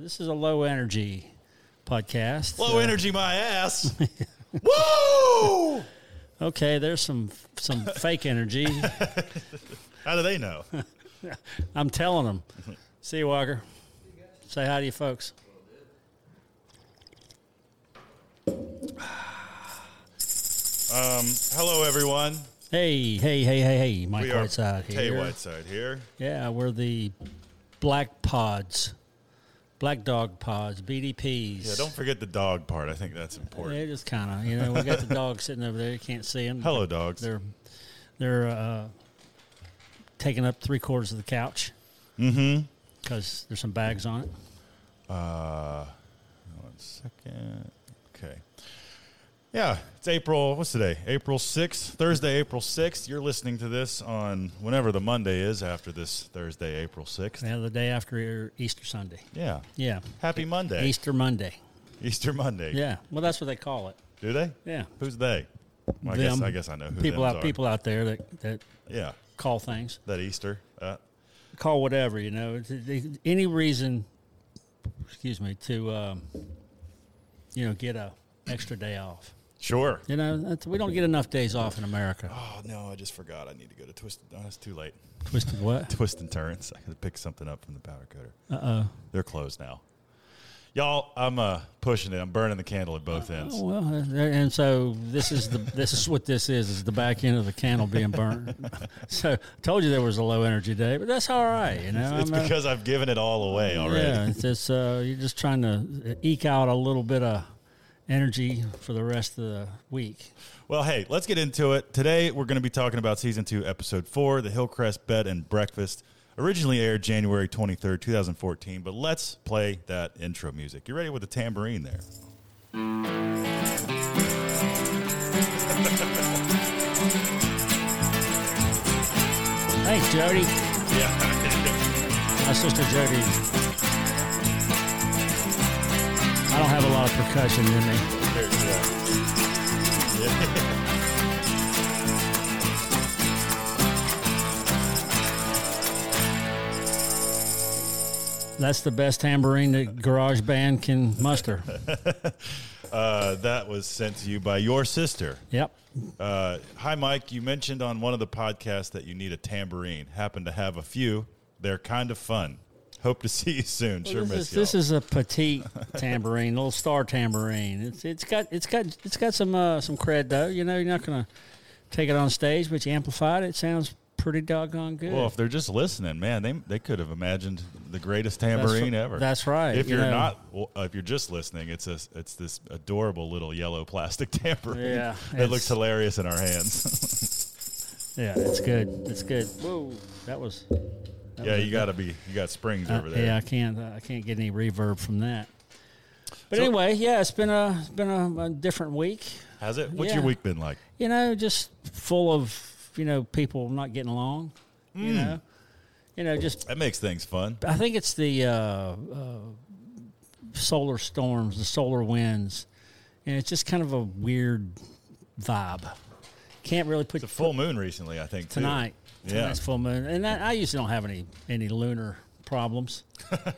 this is a low energy podcast. Low Uh, energy, my ass. Woo! Okay, there's some some fake energy. How do they know? I'm telling them. See you, Walker. Say hi to you folks. Hello, everyone. Hey, hey, hey, hey, hey, Mike We are Whiteside Tay here. Whiteside here. Yeah, we're the Black Pods, Black Dog Pods, BDPs. Yeah, don't forget the dog part. I think that's important. It is kind of you know we got the dog sitting over there. You can't see him. Hello, dogs. They're they're uh, taking up three quarters of the couch. Mm-hmm. Because there's some bags on it. One second. Okay. Yeah, it's April. What's today? April 6th, Thursday, April 6th. You're listening to this on whenever the Monday is after this Thursday, April 6th. Yeah, the day after E-, Easter Sunday. Yeah. Yeah, Happy Monday. Easter Monday. Easter Monday. Yeah, well that's what they call it. Do they? Yeah, Who's they? Well, I, guess, Them. I guess I know who people thems out are. people out there that that Yeah, call things that Easter. Uh, call whatever you know It's- it's- any reason. Excuse me to um, you know get a extra day off. sure. You know, that's, we don't get enough days off in America. Oh no, I just forgot. I need to go to Twist. Oh, it's too late. Twisted what? Twist and turns. I gotta pick something up from the powder coater. Uh oh. They're closed now. Y'all, I'm uh, pushing it. I'm burning the candle at both ends. Oh, well, uh, and so this is the this is what this is is the back end of the candle being burnt. so told you there was a low energy day, but that's all right. You know, It's I'm, uh, because I've given it all away already. yeah, it's just uh, you're just trying to eke out a little bit of energy for the rest of the week. Well, hey, let's get into it. Today, we're going to be talking about season two, episode four, the Hillcrest Bed and Breakfast. Originally aired January 23rd, 2014, but let's play that intro music. You ready with the tambourine there? Thanks, Jody. Yeah. My sister Jody. I don't have a lot of percussion in me. There you go. That's the best tambourine that Garage Band can muster. Uh, that was sent to you by your sister. Yep. Uh, hi, Mike. You mentioned on one of the podcasts that you need a tambourine. Happen to have a few. They're kind of fun. Hope to see you soon. sure this, miss is, you. this is a petite tambourine, little star tambourine. It's it's got it's got it's got some uh, some cred though. You know, you're not gonna take it on stage, but you amplified it. It sounds pretty doggone good. Well, if they're just listening, man, they they could have imagined the greatest That's tambourine ri- ever. That's right. If you you're know. not, well, uh, if you're just listening, it's a it's this adorable little yellow plastic tambourine. Yeah, that looks it's- hilarious in our hands. yeah, it's good. It's good. Whoa, that was. that yeah, was a- you got to be you got springs uh, over there. Yeah, I can't uh, I can't get any reverb from that. But anyway, yeah, it's been a it's been a, a different week. Has it? What's Yeah. your week been like? you know, just full of you know people not getting along. You Hmm. know, you know, just That makes things fun. I think it's the uh, uh, solar storms, the solar winds, and it's just kind of a weird vibe. Can't really put It's a full moon recently, I think. too. tonight. Yeah. Tonight's full moon, and I, I usually don't have any any lunar problems,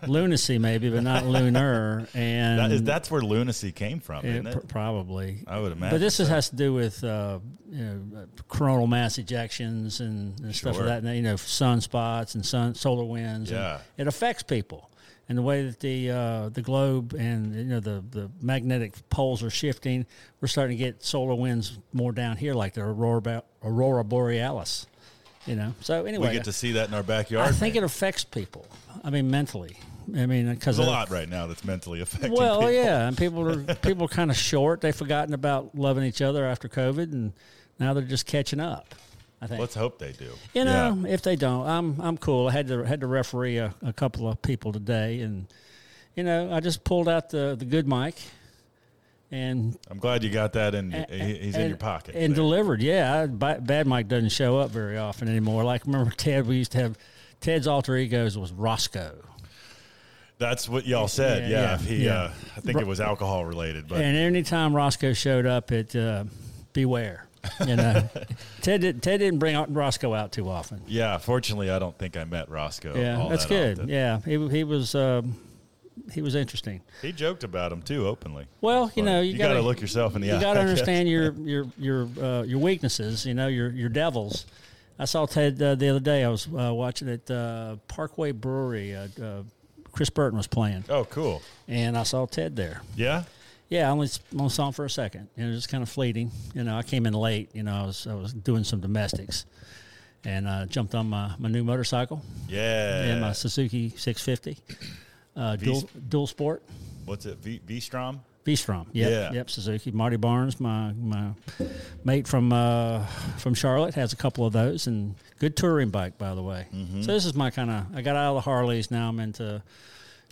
lunacy maybe, but not lunar. And That is, that's where lunacy came from, yeah, isn't pr- it? probably. I would imagine But this is, has to do with uh, you know, uh, coronal mass ejections and, and stuff Sure. like that. And, you know, sunspots and sun solar winds. and Yeah. it affects people. And the way that the uh, the globe and you know the, the magnetic poles are shifting, we're starting to get solar winds more down here, like the aurora Bo- aurora borealis. You know. So we anyway, get to see that in our backyard. I think man. it affects people. I mean, mentally. I mean, because there's a lot right now that's mentally affecting. well, people. yeah, and people are people are kind of short. They've forgotten about loving each other after COVID, and now they're just catching up. I think Let's hope they do. you Yeah. know if they don't, I'm I'm cool. I had to had to referee a, a couple of people today, and you know I just pulled out the the good mic, and I'm glad you got that in. he- he's in your and- pocket. and there. delivered. Yeah, I- ba- bad Mike doesn't show up very often anymore. Like remember Ted, we used to have Ted's alter egos was Roscoe. That's what y'all Yeah, said. Yeah, yeah, if he, yeah. Uh, I think it was alcohol related, but And anytime Roscoe showed up, it uh, beware. You know, Ted did, Ted didn't bring out- Roscoe out too often. yeah. Fortunately, I don't think I met Roscoe. Yeah, all that's that good. often. Yeah, he he was um, he was interesting. He joked about him too openly. Well, you But know, you, you, got to look yourself in the eye. You got to I guess. understand your your your uh, your weaknesses. You know your your devils. I saw Ted uh, the other day. I was uh, watching at uh, Parkway Brewery. Uh, uh, Chris Burton was playing, Oh, cool. and I saw Ted there. Yeah. Yeah, I only, s- only saw him for a second. You know, just kind of fleeting. You know, I came in late. You know, I was I was doing some domestics, and uh, jumped on my, my new motorcycle Yeah. and my Suzuki 650, uh, dual dual sport. What's it? V Vstrom. Bistrom. Yep, Yeah. Yep. Suzuki. Marty Barnes, my my mate from uh, from Charlotte, has a couple of those, and good touring bike, by the way. Mm-hmm. So this is my kind of. I got out of the Harleys. Now I'm into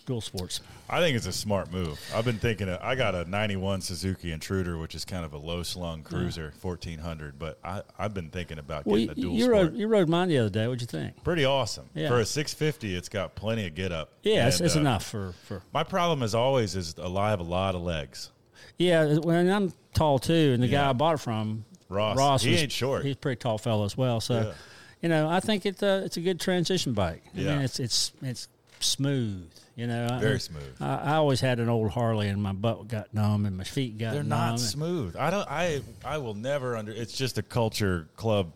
dual sports. I think it's a smart move. I've been thinking. Of, I got a '91 Suzuki Intruder, which is kind of a low-slung cruiser, 1400. But I, I've been thinking about Well, getting you, a dual you sport. rode you rode mine the other day. What'd you think? Pretty awesome Yeah. for a 650. It's got plenty of get up. Yeah, it's, And, it's uh, enough for for. My problem, as always, is I have a lot of legs. Yeah, when I'm tall too, and the guy I bought it from, Ross. Ross He was- ain't short. He's a pretty tall fellow as well. So, Yeah. you know, I think it uh, it's a good transition bike. I Yeah. mean, it's it's it's smooth. You know, I- Very smooth. I, I always had an old Harley, and my butt got numb, and my feet got They're numb. not smooth. I don't. I I will never under. It's just a culture club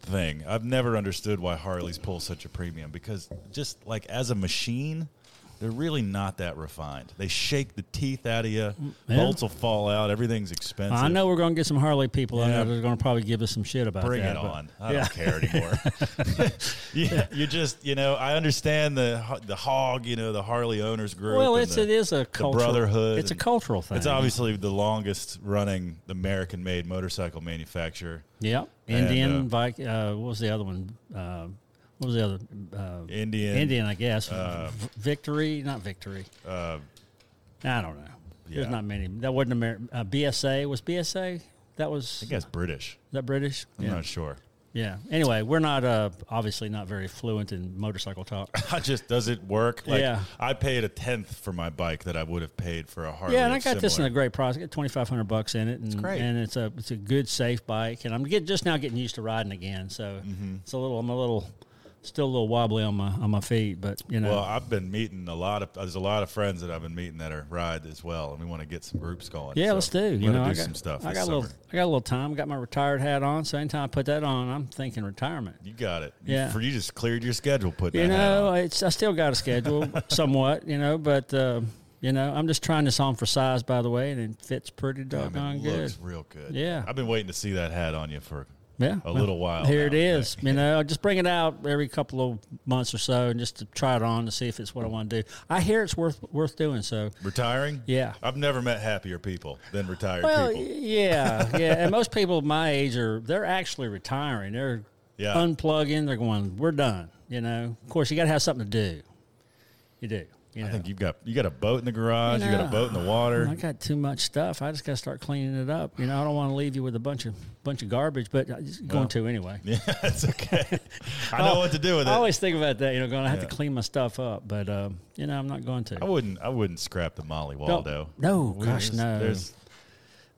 thing. I've never understood why Harleys pull such a premium because just like as a machine, they're really not that refined. They shake the teeth out of you. Mm, Yeah. Bolts will fall out. Everything's expensive. I know we're going to get some Harley people out Yeah. there that are going to probably give us some shit about Bring that. it but- on. I yeah. don't care anymore. yeah, you just you know. I understand the the hog. You know the Harley owners group. Well, and it's the- it is a cultural brotherhood It's a and- cultural thing. It's obviously the longest running American made motorcycle manufacturer. Yep. And, Indian uh, bike. Uh, what was the other one? Uh, what was the other? Uh, Indian. Indian, I guess. V- victory, not victory. Uh, I don't know. Yeah. There's not many. That wasn't American. Uh, BSA was BSA. That was I guess British. is that British. I'm yeah. not sure. yeah. Anyway, we're not uh, obviously not very fluent in motorcycle talk. I just does it work? Like Yeah. I paid a tenth for my bike that I would have paid for a Harley. yeah, and I got this in similar. a great price. I got twenty five hundred bucks in it, and great. and it's a it's a good safe bike, and I'm get, just now getting used to riding again. So Mm-hmm. it's a little I'm a little still a little wobbly on my on my feet, but you know. Well, I've been meeting a lot of there's a lot of friends that I've been meeting that are ride as well, and we want to get some groups going. yeah, So let's do. You we're know, gonna I do got, some stuff. I this got a summer. little, I got a little time. Got my retired hat on. So anytime I put that on, I'm thinking retirement. You got it. You- Yeah. for you just cleared your schedule. Put You that hat know, on. it's I still got a schedule somewhat, you know, but uh, you know, I'm just trying this on for size, by the way, and it fits pretty Damn, doggone it good. looks real good. Yeah. I've been waiting to see that hat on you for Yeah, a well, little while. Here it now. is. You know, I just bring it out every couple of months or so, and just to try it on to see if it's what I want to do. I hear it's worth worth doing. So, Retiring? Yeah. I've never met happier people than retired well, people. yeah, yeah. And most people my age are they're actually retiring. They're Yeah. unplugging. They're going. We're done. You know. Of course, you got to have something to do. You do. You know. I think you've got you got a boat in the garage. You, got a know, boat in the I water. got too much stuff. I just got to start cleaning it up. You know, I don't want to leave you with a bunch of bunch of garbage, but I'm just going to anyway. Yeah, it's okay. I know what to do with it. I I, always think about that. You know, going to have to clean my stuff up, but um, you know, I'm not going to. wouldn't. I wouldn't scrap the Molly Waldo. no, We- gosh, there's- no. there's-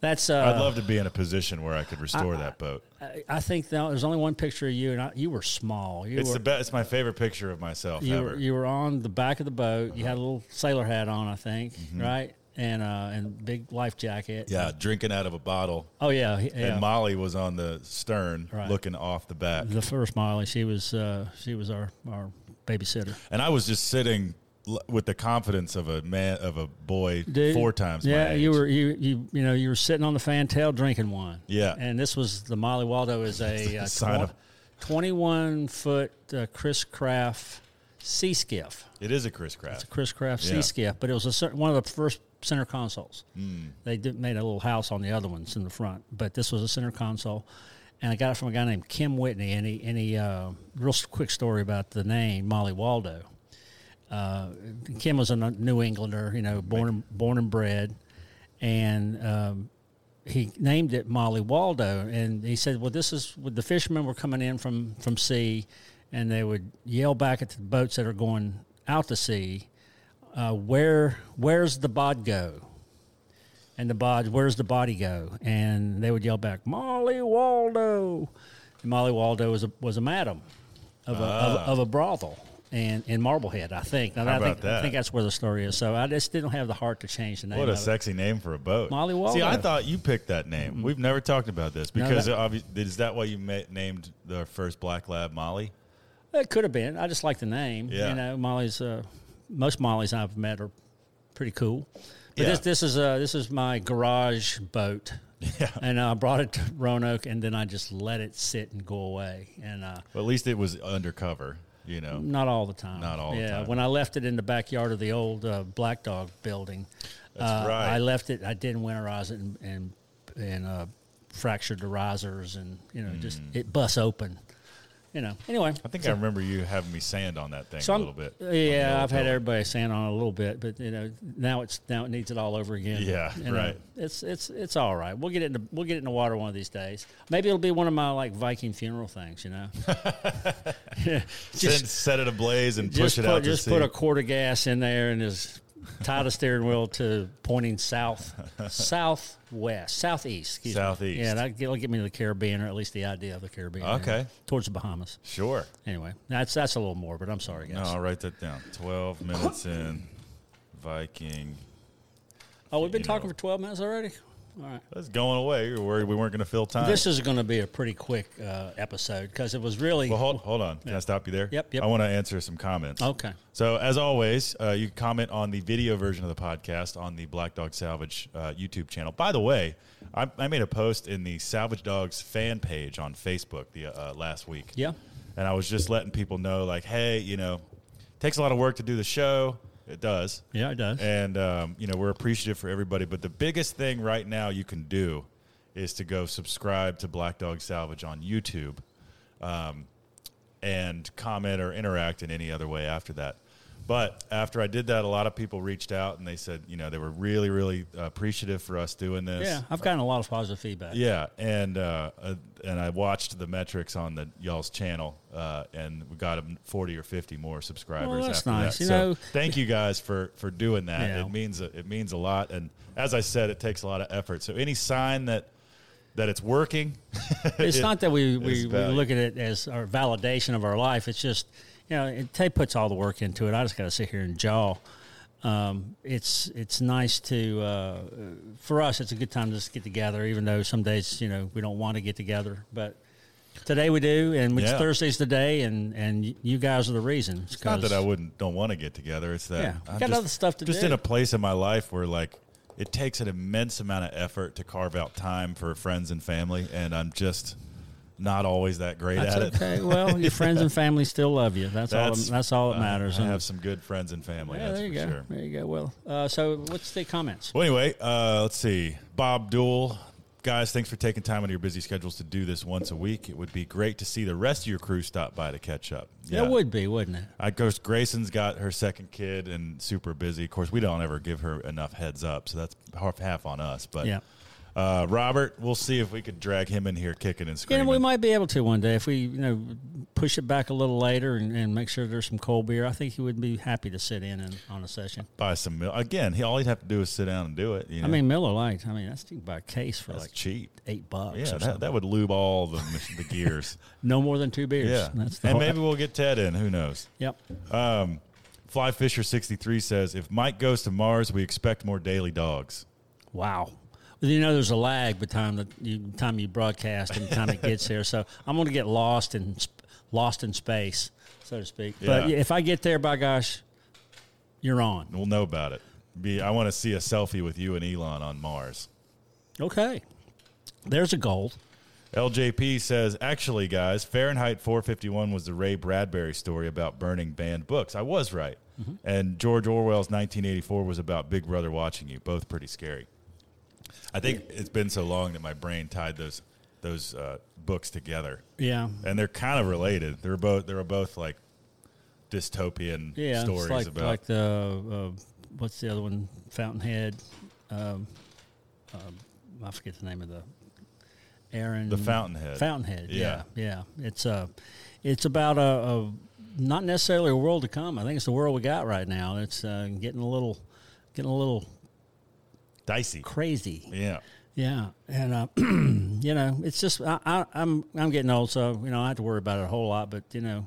That's. Uh, I'd love to be in a position where I could restore that boat. I, I think that there's only one picture of you, and I, you were small. You It's were. the best. It's my favorite picture of myself you ever. were, you were on the back of the boat. You had a little sailor hat on, I think, right, and uh, and big life jacket. Mm-hmm. yeah, drinking out of a bottle, Oh yeah, he- yeah. and Molly was on the stern, Right. Mm-hmm. looking off the back. the first Molly, she was uh, she was our our babysitter. and I was just sitting l- with the confidence of a man of a boy Dude, four times. my Yeah, you age. were you you you know you were sitting on the fantail drinking one. Yeah. and this was the Molly Waldo is a uh, Sign twen- of- twenty-one foot uh, Chris Craft sea skiff. It is a Chris Craft. It's a Chris Craft sea Yeah. skiff, but it was a, cer- one of the first center consoles. Mm. They did, made a little house on the other ones in the front, but this was a center console. And I got it from a guy named Kim Whitney. And he, and he uh, real s- quick story about the name Molly Waldo. Uh, Kim was a N- New Englander, you know, born and- born and bred, and um, he named it Molly Waldo. And he said, "Well, this is the fishermen were coming in from from sea, and they would yell back at the boats that are going out to sea, uh, where where's the bod go?" And the bod, where's the body go? And they would yell back, Molly Waldo. And Molly Waldo was a was a madam of a, of, a- of a brothel, and in Marblehead, I think. Now, Ah. How I think about that? I think that's where the story is. So I just didn't have the heart to change the name. What of a it. sexy name for a boat. Molly See, I Waldo. thought you picked that name. We've never talked about this No, because that- obvi- is that why you ma- named the first black lab Molly? It could have been. I just like the name. Yeah. You know, Molly's. Uh, most Molly's I've met are pretty cool. But Yeah. this this is uh, this is my garage boat. Yeah. And I brought it to Roanoke, and then I just let it sit and go away. And uh, Well, at least it was undercover, you know. not all the time. Not all the Yeah. time. When I left it in the backyard of the old uh, Black Dog building, That's uh, right. I left it. I didn't winterize it and and, and uh, fractured the risers, and you know, just Mm. it busts open. You know. Anyway. I think I remember you having me sand on that thing So a I'm- little bit. on the Yeah, old I've had building. everybody saying on it a little bit, but you know now it's now it needs it all over again. Yeah, You know, right. it's it's it's all right. We'll get it in the, we'll get it in the water one of these days. Maybe it'll be one of my like Viking funeral things. You know, Yeah, Set- set it ablaze and push just it put, out. to just sea. put a quart of gas in there and just tie the steering wheel to pointing south, southwest, southeast. excuse me. Southeast. Yeah, that- that'll get me to the Caribbean, or at least the idea of the Caribbean. yeah. Okay. towards the Bahamas. sure. Anyway, that's that's a little more, but I'm sorry, guys. No, I'll write that down. Twelve minutes in, Viking. Oh, we've been you talking know. for 12 minutes already? All right. That's going away. You were worried we weren't going to fill time. This is going to be a pretty quick uh, episode because it was really. Well, hold, hold on. Can I stop you there? Yep, yep. I want to answer some comments. Okay. So, as always, uh, you can comment on the video version of the podcast on the Black Dog Salvage uh, YouTube channel. By the way, I, I made a post in the Salvage Dogs fan page on Facebook the uh, last week. Yeah. And I was just letting people know, like, hey, you know, it takes a lot of work to do the show. It does. Yeah, it does. And, um, you know, we're appreciative for everybody. But the biggest thing right now you can do is to go subscribe to Black Dog Salvage on YouTube um, and comment or interact in any other way after that. But after I did that, a lot of people reached out and they said, you know, they were really, really uh, appreciative for us doing this. Yeah, I've gotten a lot of positive feedback. Yeah, and uh, uh, and I watched the metrics on the y'all's channel, uh, and we got 'em forty or fifty more subscribers. Well, that's after nice. That. You so know- thank you guys for for doing that. Yeah. It means a- it means a lot, and as I said, it takes a lot of effort. So any sign that that it's working, It's not that we, we, we valuable. look at it as our validation of our life. It's just, you know, it, Tay puts all the work into it. I just got to sit here and jaw. Um, it's it's nice to uh, for us. It's a good time to just get together, even though some days you know we don't want to get together. But today we do, and it's Yeah. Thursday's the day, and and you guys are the reason. It's not that I wouldn't don't want to get together. It's that Yeah, got other stuff to just do. in a place in my life where like it takes an immense amount of effort to carve out time for friends and family, and I'm just not always that great That's at it. okay. Well, your friends and family still love you. That's, That's- all. That's all that I- matters. I And- have some good friends and family. yeah, that's there you for go. sure. There you go. Well, uh, so what's the comments? Well, anyway, uh, let's see. Bob Duell. Guys, thanks for taking time out of your busy schedules to do this once a week. It would be great to see the rest of your crew stop by to catch up. That would be, wouldn't it? I of course Grayson's got her second kid and super busy. Of course, we don't ever give her enough heads up, so that's half half on us. But Yeah. uh, Robert, we'll see if we could drag him in here kicking and Yeah, screaming. we might be able to one day if we, you know, push it back a little later and, and make sure there's some cold beer. I think he would be happy to sit in and, on a session. buy some milk again. He all he'd have to do is sit down and do it. You know? I mean, Miller Lite. I mean, that's you can buy a case for that's like cheap. eight bucks. Yeah, or that, something. that would lube all the mach- the gears. no more than two beers. yeah, that's the and whole- maybe we'll get Ted in. Who knows? Yep. Um, Fly Fisher sixty three says, "If Mike goes to Mars, we expect more daily dogs." Wow. Well, you know, there's a lag between the you, time you broadcast and the time it gets here. So I'm going to get lost in sp- lost in space, so to speak. But Yeah. if I get there, by gosh, you're on. We'll know about it. Be, I want to see a selfie with you and Elon on Mars. Okay. There's a goal. LJP says, actually, guys, Fahrenheit 451 was the Ray Bradbury story about burning banned books. I was right. Mm-hmm. And George Orwell's 1984 was about Big Brother watching you. Both pretty scary. I think it's been so long that my brain tied those those uh, books together, Yeah. and they're kind of related. They're both they were both like dystopian Yeah. it's stories like, about. like the uh, what's the other one? Fountainhead. Um, um, I forget the name of the Aaron. The Fountainhead. Fountainhead. Yeah. Yeah. Yeah. It's uh, it's about a, a not necessarily a world to come. I think it's the world we got right now. It's uh, getting a little getting a little dicey. crazy. Yeah, Yeah, and uh, you know, it's just I, I, I'm I'm getting old, so you know I have to worry about it a whole lot. But you know,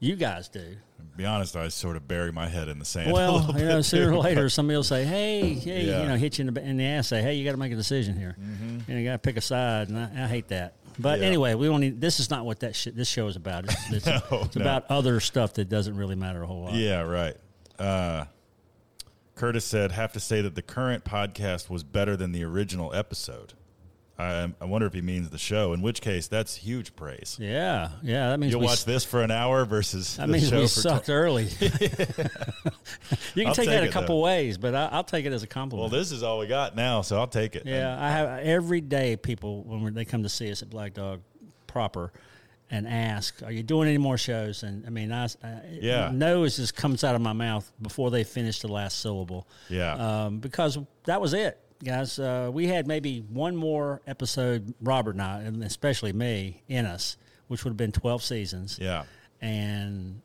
You guys do. To be honest, I sort of bury my head in the sand. a Well, little you know, bit, sooner too. or later, somebody will say, "Hey, hey," Yeah. Mm-hmm. you know, hit you in the, in the ass. Say, "Hey, you got to make a decision here, and you got to pick a side." And I, I hate that. But Yeah. anyway, we don't need. This is not what that sh- this show is about. It's, it's, No, it's no. about other stuff that doesn't really matter a whole lot. Yeah, right. Uh, Curtis said, "Have to say that the current podcast was better than the original episode." I, I wonder if he means the show. In which case, that's huge praise. yeah, yeah, That means You'll we, watch s- this for an hour versus that the means show we for sucked tw- early. you can I'll take, take that it, a couple though. ways, but I, I'll take it as a well, compliment. this is all we got now, so I'll take it. Yeah, I have every day people when we're, they come to see us at Black Dog proper and ask, "Are you doing any more shows?" And I mean, I, I Yeah. no is just comes out of my mouth before they finish the last syllable. Yeah. um, because that was it, guys. Uh, we had maybe one more episode, Robert and I, and especially me, in us, which would have been twelve seasons. yeah, and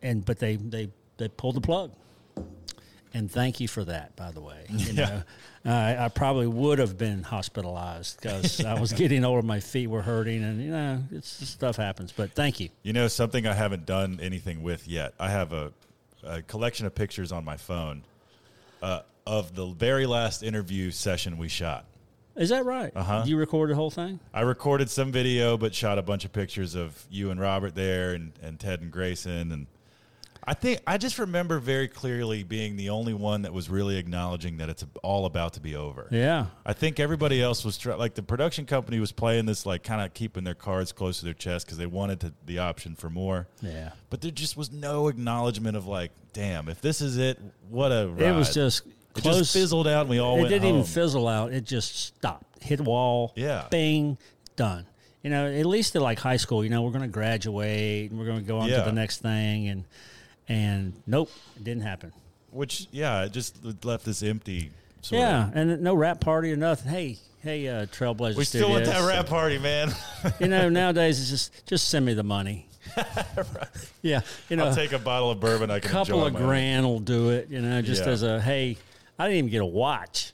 and but they they they pulled the plug and thank you for that by the way you Yeah. know I, I probably would have been hospitalized because i was getting older my feet were hurting and you know it's just stuff happens but thank you you know something I haven't done anything with yet. I have a, a collection of pictures on my phone uh, of the very last interview session we shot. is that right Uh-huh. you recorded the whole thing I recorded some video, but shot a bunch of pictures of you and Robert there, and, and Ted and Grayson, and I think I just remember very clearly being the only one that was really acknowledging that it's all about to be over. yeah I think everybody else was try- like the production company was playing this like kind of keeping their cards close to their chest because they wanted to, the option for more. yeah But there just was no acknowledgement of like, damn, if this is it, what a ride. it was just It close just fizzled out, and we all it went didn't Oh, home. even fizzle out. It just stopped. Hit a wall. Yeah. Bing. Done. You know, at least at like high school, you know, we're going to graduate and we're going to go on Yeah. to the next thing, and and nope, it didn't happen. Which yeah, it just left this empty. Sort of yeah, and no rap party or nothing. Hey, hey, uh, Trailblazer. We still at that Studios. rap party, man. You know, nowadays it's just just send me the money. Yeah, you know, I'll take a bottle of bourbon. I can couple enjoy of my own. grand will do it, you know, just Yeah. as a hey, I didn't even get a watch,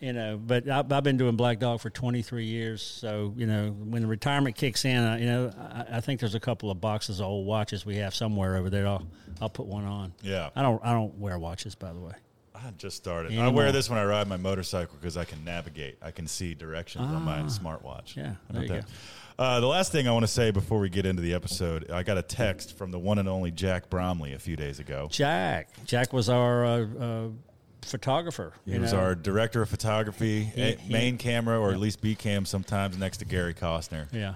you know. But I, I've been doing Black Dog for 23 years, so you know, when the retirement kicks in, I, you know, I, I think there's a couple of boxes of old watches we have somewhere over there. I'll I'll put one on. Yeah. I don't I don't wear watches by the way. I just started. I Anymore. wear this when I ride my motorcycle because I can navigate. I can see directions on my smartwatch. Ah. yeah, How there about you that? Uh, the last thing I want to say before we get into the episode, I got a text from the one and only Jack Bromley a few days ago. Jack Jack was our uh, uh, photographer. He you was know. our director of photography, a- he- main camera, or at least B cam sometimes, next to Gary Costner. yeah.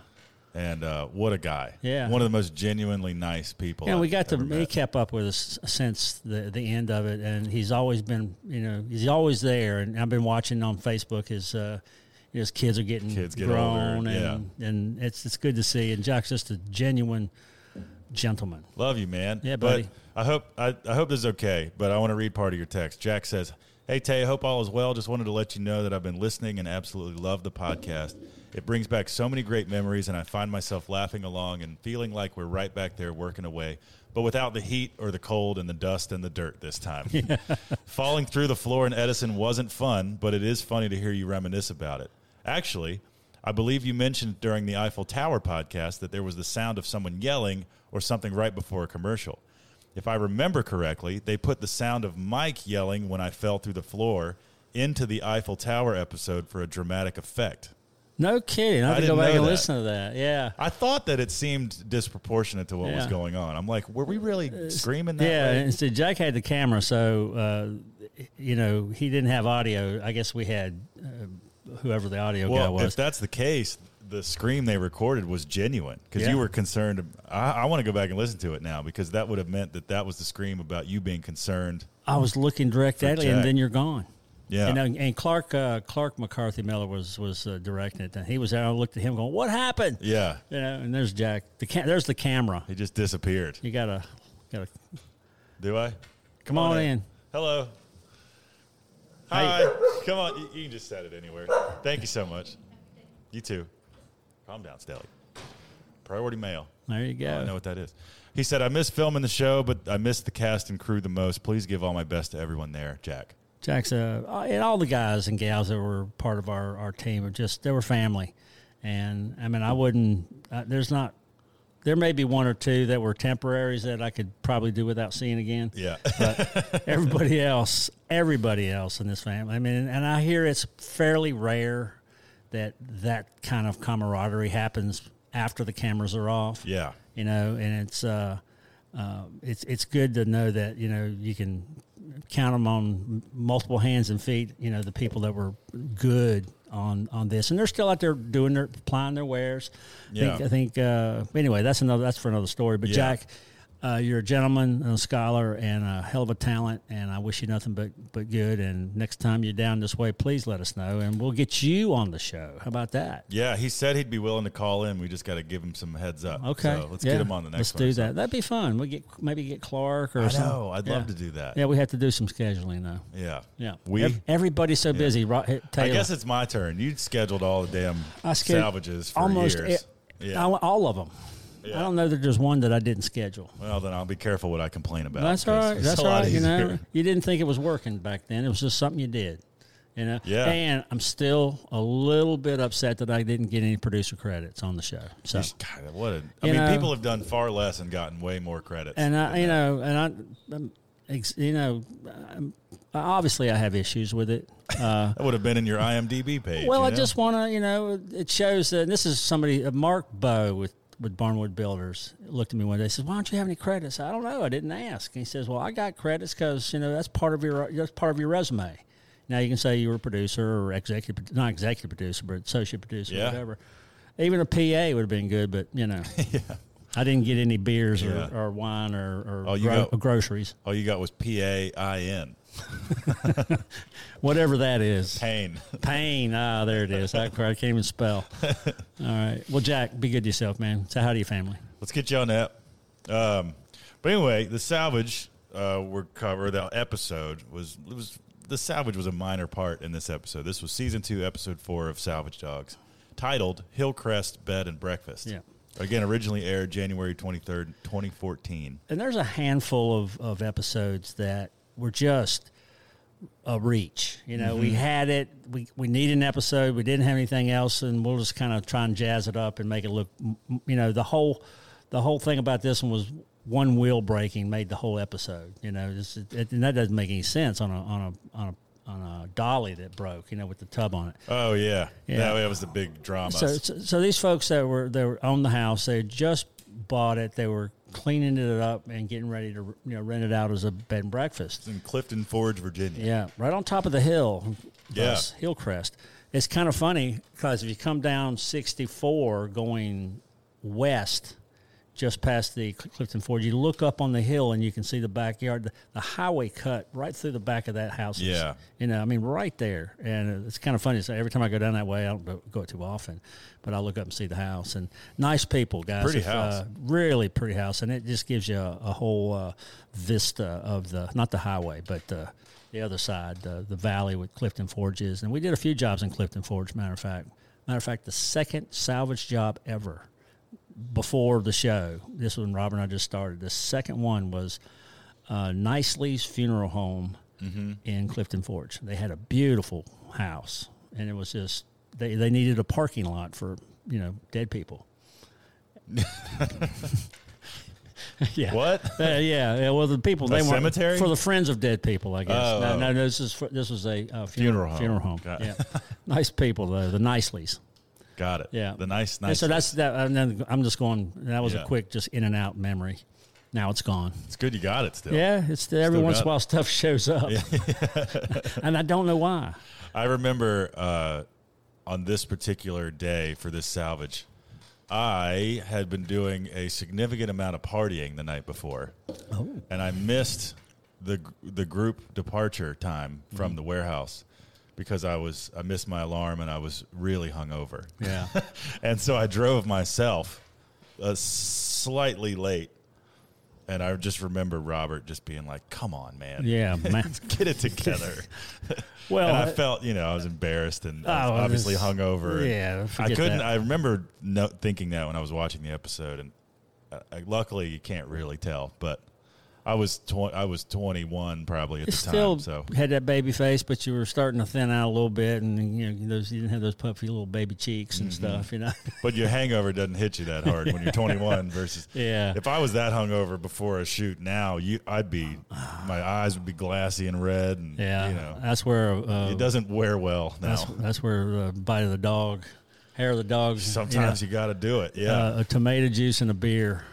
And uh, what a guy. Yeah. One of the most genuinely nice people. Yeah, we I've got to. ever He met. kept up with us since the the end of it, and he's always been, you know, he's always there. And I've been watching on Facebook his uh, his kids are getting Kids get grown, older, and and it's it's good to see. And Jack's just a genuine gentleman. Love you, man. Yeah, But buddy. I hope I, I hope this is okay, but I want to read part of your text. Jack says, Hey Tay, hope all is well. Just wanted to let you know that I've been listening and absolutely love the podcast. It brings back so many great memories and I find myself laughing along and feeling like we're right back there working away, but without the heat or the cold and the dust and the dirt this time. Falling through the floor in Edison wasn't fun, but it is funny to hear you reminisce about it. Actually, I believe you mentioned during the Eiffel Tower podcast that there was the sound of someone yelling or something right before a commercial. If I remember correctly, they put the sound of Mike yelling when I fell through the floor into the Eiffel Tower episode for a dramatic effect. No kidding. I I have to go didn't back know and that. listen to that. Yeah. I thought that it seemed disproportionate to what Yeah. was Uh, going on. I'm like, were we really screaming that? yeah, way? and so Jack had the camera, so uh, you know he didn't have audio. I guess we had uh, whoever the audio guy Well, was. if that's the case, the scream they recorded was genuine because Yeah. you were concerned. I, I want to go back and listen to it now because that would have meant that that was the scream about you being concerned. I was looking direct at it, Jack. and then you're gone. Yeah. And, and Clark uh, Clark McCarthy Miller was was uh, directing it, and he was there. I looked at him, going, "What happened?" Yeah, You know, and there's Jack. The ca- there's the camera. he just disappeared. You gotta gotta Do I? come on, Oh, in. Hello. Hi. Come on. You, you can just set it anywhere. Thank you so much. You too. Calm down, Stelly. Priority mail. There you I know go. what that is. He said, I miss filming the show, but I miss the cast and crew the most. Please give all my best to everyone there, Jack. Jack's uh, and all the guys and gals that were part of our our team are just they were family, and I mean I wouldn't. Uh, there's not There may be one or two that were temporaries that I could probably do without seeing again. Yeah. everybody else, everybody else in this family. I mean, and I hear it's fairly rare that that kind of camaraderie happens after the cameras are off. yeah. You know, and it's uh, uh, it's it's good to know that you know you can count them on multiple hands and feet. You know, the people that were good on on this, and they're still out there doing their applying their wares. I think, Yeah. I think uh, anyway, that's another that's for another story. But Yeah. Jack. Uh, you're a gentleman and a scholar and a hell of a talent, and I wish you nothing but, but good. And next time you're down this way, please let us know, and we'll get you on the show. How about that? Yeah. He said he'd be willing to call in. We just got to give him some heads up. Okay. So let's yeah. get him on the next Let's one. do that. That'd be fun. We get maybe get Clark or I some- know. I'd love yeah. to do that. Yeah, we have to do some scheduling though. Yeah. Yeah, We. Ev- everybody's so busy. Ro- hey, I Taylor, guess it's my turn. You scheduled all the damn I scheduled salvages for almost years. e- yeah. all, all of them. Yeah. I don't know that there's one that I didn't schedule. well, then I'll be careful what I complain about. That's all 'cause right. it's That's a all lot right. You know, easier. you didn't think it was working back then. It was just something you did. You know. Yeah. And I'm still a little bit upset that I didn't get any producer credits on the show. So. God, what a, I You mean, know- people have done far less and gotten way more credits. and I, than you that. know, and I, um, ex, you know, um, obviously I have issues with it. Uh, that would have been in your IMDb page. well, you I know? just want to, you know, it shows that and this is somebody, uh, Mark Bow with with Barnwood Builders, looked at me one day. Says, "Why don't you have any credits?" I don't know. I didn't ask. And he says, "Well, I got credits because you know that's part of your that's part of your resume." Now you can say you were a producer or executive, pro- not executive producer, but associate producer, Yeah. whatever. Even a PA would have been good, but you know, I didn't get any beers Yeah. or, or wine or, or Oh, you gro- got- groceries. all you got was P A I N whatever that is. pain. Pain. Ah, there it is. I, I can't even spell. All right. Well, Jack, be good to yourself, man. Say hi to your family. Let's get you on that. Um, but anyway, the salvage uh, were covered. The episode was it was the salvage was a minor part in this episode. This was season two, episode four of Salvage Dogs, titled Hillcrest Bed and Breakfast. Yeah. Again, originally aired January twenty third, twenty fourteen. And there's a handful of, of episodes that were just a reach. You know, we had it. We, we need an episode. We didn't have anything else, and we'll just kind of try and jazz it up and make it look. m- m- You know, the whole the whole thing about this one was one wheel breaking made the whole episode. You know, this is- it, and that doesn't make any sense on a on a on a on a dolly that broke. You know, with the tub on it. Oh yeah, Yeah. that, was the big drama. So, so, so these folks that were they were on the house, they had just bought it, they were cleaning it up and getting ready to you know rent it out as a bed and breakfast. in Clifton Forge, Virginia. Yeah, right on top of the hill. Yeah. thus Hillcrest. It's kind of funny because if you come down 64 going west, just past the Cl- Clifton Ford, you look up on the hill and you can see the backyard. The, the highway cut right through the back of that house. Yeah. You know, I mean, right there. And it's kind of funny. So every time I go down that way, I don't go- go too often, but I look up and see the house. And nice people, guys. Pretty If, house. Uh, really pretty house. And it just gives you a, a whole uh, vista of the, not the highway, but uh, the other side, uh, the valley with Clifton Forge is. And we did a few jobs in Clifton Forge, matter of fact. Matter of fact, the second salvage job ever before the show. This was when Robert and I just started. The second one was uh, Nicely's Funeral Home Mm-hmm. in Clifton Forge. They had a beautiful house, and it was just they, they needed a parking lot for you know dead people. yeah. What? Uh, yeah, yeah. Well, the people they were cemetery? for the friends of dead people, I guess. Oh, no, oh. no, this is for, this was a uh, Funeral funeral, home. Funeral home. Got it. Yeah, nice people though. The Nicely's. Got it. Yeah. The nice, Yeah, nice. so that's that. And then I'm just going. That was Yeah. a quick, just in and out memory. Now it's gone. it's good you got it still. Yeah, it's the, every once got in a while stuff shows up, and I don't know why. I remember uh, on this particular day for this salvage, I had been doing a significant amount of partying the night before, Oh. and I missed the the group departure time Mm-hmm. from the warehouse because I was I missed my alarm and I was really hungover. Yeah. and so I drove myself uh, slightly late, and I just remember Robert just being like, "Come on, man, Yeah, man. get it together." Well, and I uh, felt, you know, I was embarrassed and I Oh, was well, obviously this- hungover. and yeah, I forget couldn't. that. I remember no, thinking that when I was watching the episode, and uh, I, luckily you can't really tell. But I was tw- I was 21 probably at It the time. still so had that baby face, but you were starting to thin out a little bit, and you know those you didn't have those puffy little baby cheeks Mm-hmm. and stuff. You know, But your hangover doesn't hit you that hard when you're 21 versus. Yeah. If I was that hungover before a shoot now, you I'd be my eyes would be glassy and red and yeah, you know that's where uh, it doesn't wear well now. that's that's where uh, bite of the dog, hair of the dog. Sometimes you, got to do it. Yeah. uh, a tomato juice and a beer,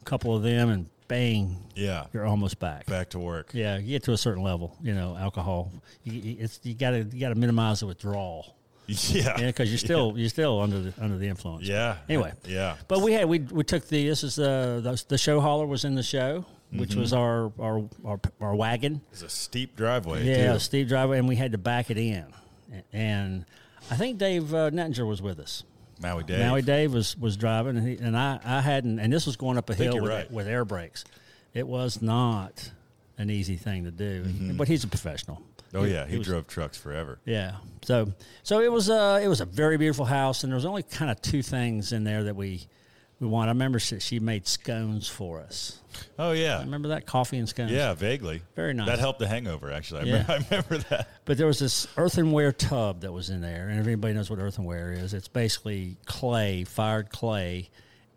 a couple of them, and bang, yeah. you're almost back. Back to work. Yeah, you get to a certain level, you know, alcohol. You, you- it's you gotta you gotta minimize the withdrawal, Yeah. yeah, because you're still you're still under the under the influence. Yeah. Anyway. Yeah. But we had we we took the this is the the, the show hauler was in the show, which Mm-hmm. was our our our, our wagon. It's a steep driveway. Yeah, too. Steve Driver, and we had to back it in, and I think Dave uh, Nettinger was with us. Maui Dave. Maui Dave was was driving, and, he, and I I hadn't, and this was going up a hill you're with, right. with air brakes. It was not an easy thing to do, but he's a professional. Mm-hmm. Oh yeah, he, was- drove trucks forever. Yeah. So so it was uh it was a very beautiful house, and there was only kind of two things in there that we we wanted. I remember she, she made scones for us. Oh yeah. Remember that coffee and scones? Yeah, vaguely. Very nice. That helped the hangover actually. I, Yeah. remember, I remember that. But there was this earthenware tub that was in there, and if anybody knows what earthenware is, it's basically clay, fired clay,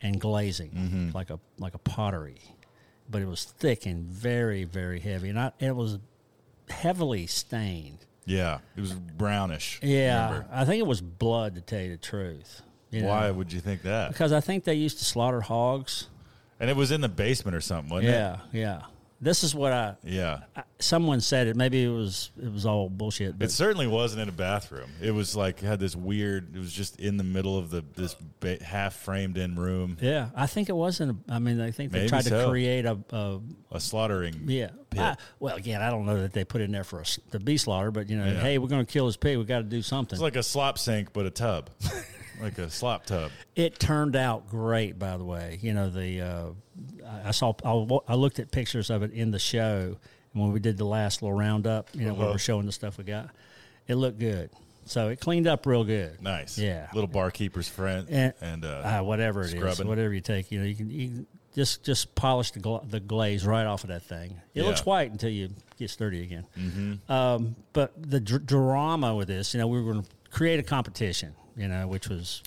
and glazing, Mm-hmm. like a like a pottery. But it was thick and very very heavy, and, I, and it was heavily stained. Yeah. It was brownish. I Yeah, remember. I think it was blood to tell you the truth. you know. Why would you think that? Because I think they used to slaughter hogs. And it was in the basement or something, wasn't it? Yeah, yeah. This is what I, Yeah. I someone said it. Maybe it was it was all bullshit. But It certainly wasn't in a bathroom. It was like had this weird. It was just in the middle of the this ba- half framed in room, Yeah, I think it wasn't. I mean, I think they Maybe tried to so. create a, a a slaughtering. yeah. I- well, again, I don't know that they put it in there for us to be slaughter, but you know, Yeah. hey, we're going to kill this pig. We got to do something. It's like a slop sink, but a tub, like a slop tub. it turned out great, by the way. You know, the uh, I I saw I, wa- I looked at pictures of it in the show, and when we did the last little roundup, you know, where Uh-huh. we're showing the stuff we got, it looked good. So it cleaned up real good. Nice. Yeah. Little barkeeper's friend And- and, uh, Ah, whatever it is, Scrubbing. whatever you take, you know, you can, you can just just polish the, gla- the glaze right off of that thing. It Yeah. Mm-hmm. looks white until you gets dirty again. Um, but the dr- drama with this, you know, we were going to create a competition, you know, which was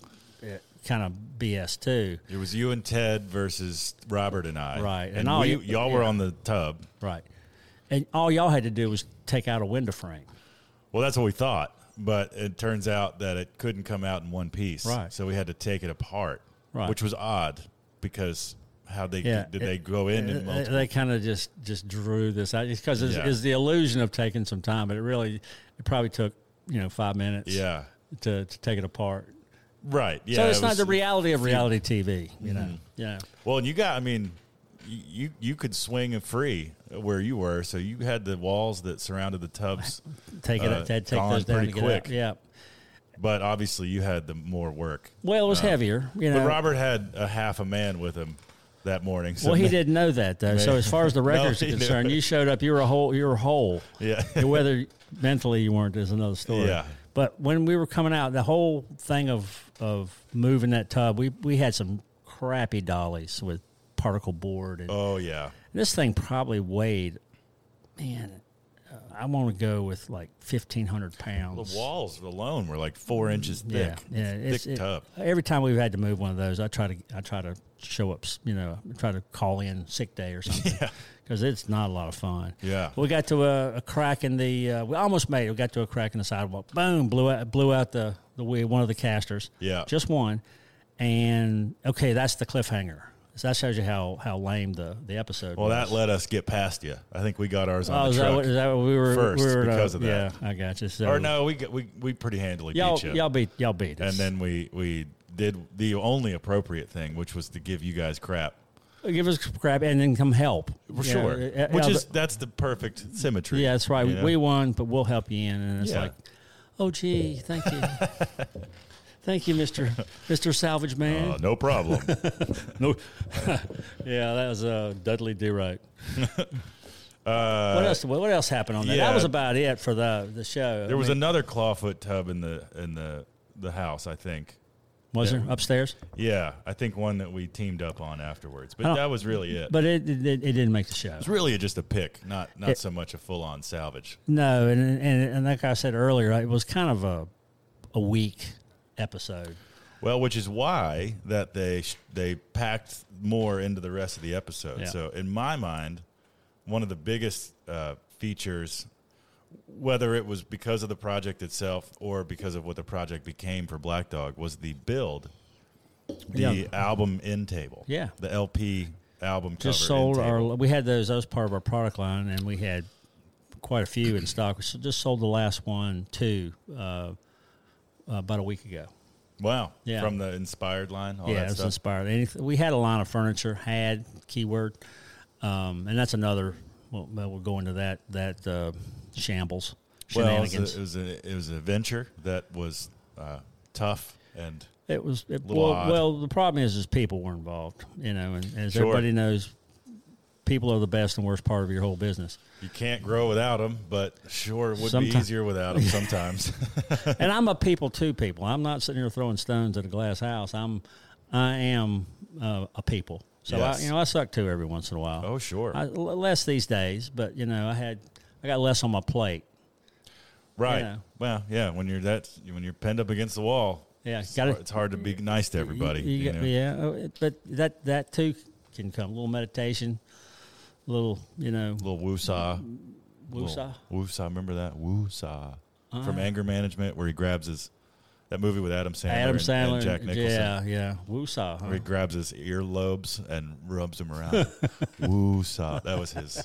kind of BS too. it was you and Ted versus Robert and I. Right. And, And all we, you- y'all were yeah. on the tub. Right. And all y'all had to do was take out a window frame. Well, that's what we thought, but it turns out that it couldn't come out in one piece. Right. So we had to take it apart, Right. which was odd because how they Yeah, did it- they go in and They, multiple? they kind of just just drew this out because it's, Yeah. it's the illusion of taking some time, but it really it probably took you know five minutes yeah. to, to take it apart. Right. Yeah. So it's it not was- Mm-hmm. the reality of reality TV, you know. Yeah. Well, and you got, I mean, y- you you could swing a free where you were, so you had the walls that surrounded the tubs, Take it Uh, take gone those down pretty to get out. quick. Yeah. but obviously you had the more work. Well, it was heavier, you know. Uh, But Robert had a half a man with him that morning. So well, he may- didn't know that though. So as far as the records he are knew concerned, it. you showed up. You were a whole. You were whole. Yeah. And whether mentally you weren't is another story. Yeah. But when we were coming out, the whole thing of of moving that tub, we we had some crappy dollies with particle board, and Oh yeah, this thing probably weighed, man. uh, I want to go with like fifteen hundred the pounds. walls alone were like four inches Mm, Yeah, thick. yeah. thick It's, it- tub. every time we've had to move one of those, I try to I try to show up. You know, try to call in sick day or something. Because it's not a lot of fun. Yeah. we got to a, a crack in the. Uh, we almost made it. We got to a crack in the sidewalk. Boom! Blew out blew out the the wheel- one of the casters. Yeah. just one. And okay, that's the cliffhanger. So that shows you how how lame the the episode. Well, was. that let us get past you. I think we got ours on Oh, the is truck. that, what, is that what we were first we were, uh, because of that. Yeah, I got you. So or no, we got- we we pretty handily y'all beat you. y'all beat y'all beat us. and then we we did the only appropriate thing, which was to give you guys crap. Give us crap and then come help. For Yeah, sure. uh, uh, Which yeah, is that's the perfect symmetry. yeah, that's right. you know? We won, but we'll help you in. And it's Yeah. like, oh gee, thank you, thank you, Mister Mister Salvage Man. Uh, no problem. no, yeah, that was uh, Dudley Do Right. Uh, What else? What else happened on that? yeah. That was about it for the the show. there was another clawfoot tub in the in the the house, I think. Was there upstairs? Yeah, I think one that we teamed up on afterwards, I but don't- that was really it. But it it, it didn't make the show. It's really just a pick, not not It- so much a full on salvage. No, and and and like I said earlier, it was kind of a a weak episode. Well, which is why that they sh- they packed more into the rest of the episode. Yeah. So in my mind, one of the biggest uh, features, whether it was because of the project itself or because of what the project became for Black Dog, was the build, the Yeah. album end table. Yeah. the LP album cover Just end sold table. our we had those that was part of our product line, and we had quite a few in stock. We s- just sold the last one too uh, about a week ago. wow Yeah. from the inspired line. All yeah, it that was stuff. inspired. Anyth- we had a line of furniture, had keyword, um, and that's another. Well, well, we'll go into that that uh, shambles well, it was, shenanigans. a, it was a it was an adventure that was uh, tough and. It was it, Little well, odd. well. The problem is, is people were involved, you know, and as Sure. everybody knows, people are the best and worst part of your whole business. You can't grow without them, but sure, it would be Sometime- easier without them sometimes. and I'm a people to people. I'm not sitting here throwing stones at a glass house. I'm, I am uh, a people. So Yes. I, you know, I suck too every once in a while. oh, sure. I, l- less these days, but you know, I had, I got less on my plate. right. know. Well, yeah, when you're that when you're penned up against the wall, Yeah, it's, gotta- hard, it's hard to be nice to everybody. You, you you got- know? yeah, oh, it- but that that too can come. A little meditation, a little, you know, Little woosah. woosah. Uh-huh. Little Woosah. Remember that? Woosah. From Anger Management where he grabs his that movie with Adam Sandler, Adam and, Sandler, and Jack Nicholson. yeah, yeah, woosah. Where he Huh? grabs his earlobes and rubs them around. woosah. That was his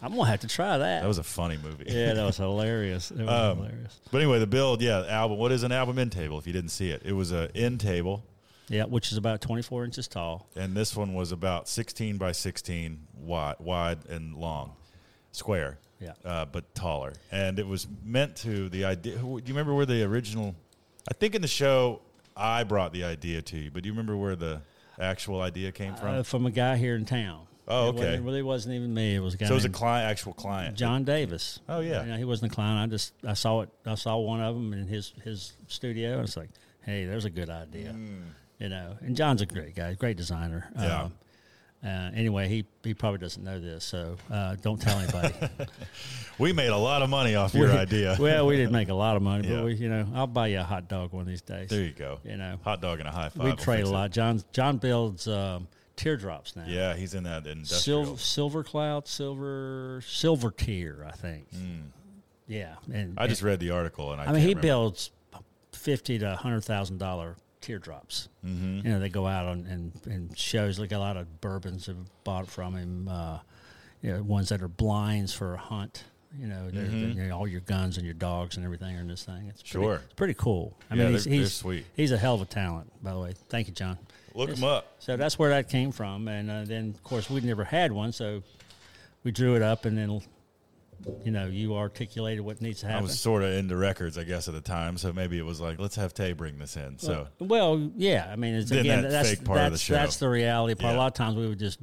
I'm gonna have to try that. that was a funny movie. yeah, that was hilarious. It was Um, hilarious. But anyway, the build, yeah, the album. What is an album end table? If you didn't see it, it was a end table, Yeah, which is about 24 inches tall. and this one was about sixteen by sixteen wide, wide and long, square, Yeah. uh, but taller. And it was meant to the idea. who- Do you remember where the original? I think in the show I brought the idea to you, but do you remember where the actual idea came from? Uh, from a guy here in town. Oh, okay. It wasn't- really wasn't even me. It was a guy so it was a named client, actual client. John Davis. Oh, yeah. You know, he wasn't a client. I just I saw it. I saw one of them in his his studio. And it's like, hey, there's a good idea. You know, and John's a great guy, great designer. Mm. Yeah. Um, uh, anyway, he, he probably doesn't know this, so uh, don't tell anybody. We made a lot of money off your idea. well, we didn't make a lot of money, Yeah. but we, you know, I'll buy you a hot dog one of these days. there you go. You know, Hot dog and a high five. we will trade fix a it. lot. John John builds um, teardrops now. Yeah, he's in that industrial. Silver, silver cloud, silver, silver tier, I think. Yeah, and Hmm. I just read the article and I. and- I mean, can't he remember. builds fifty to hundred thousand dollar teardrops. Mm-hmm. You know, they go out on and and shows like a lot of bourbons have bought from him. Uh, you know, ones that are blinds for a hunt. You know, they're- Mm-hmm. they're- you know, all your guns and your dogs and everything are in this thing. It's pretty, Sure. it's pretty cool. I Yeah, mean, they're- he's, they're he's sweet. He's a hell of a talent, by the way. Thank you, John. Look him up. So that's where that came from, and uh, then of course we never had one, so we drew it up, and then you know you articulated what needs to I happen. was sort of into records, I guess, at the time. So maybe it was like, let's have Tay bring this in. So well, yeah, I mean, it's Then again that that's fake part of that's, the show. that's the reality part. Yeah. A lot of times we would just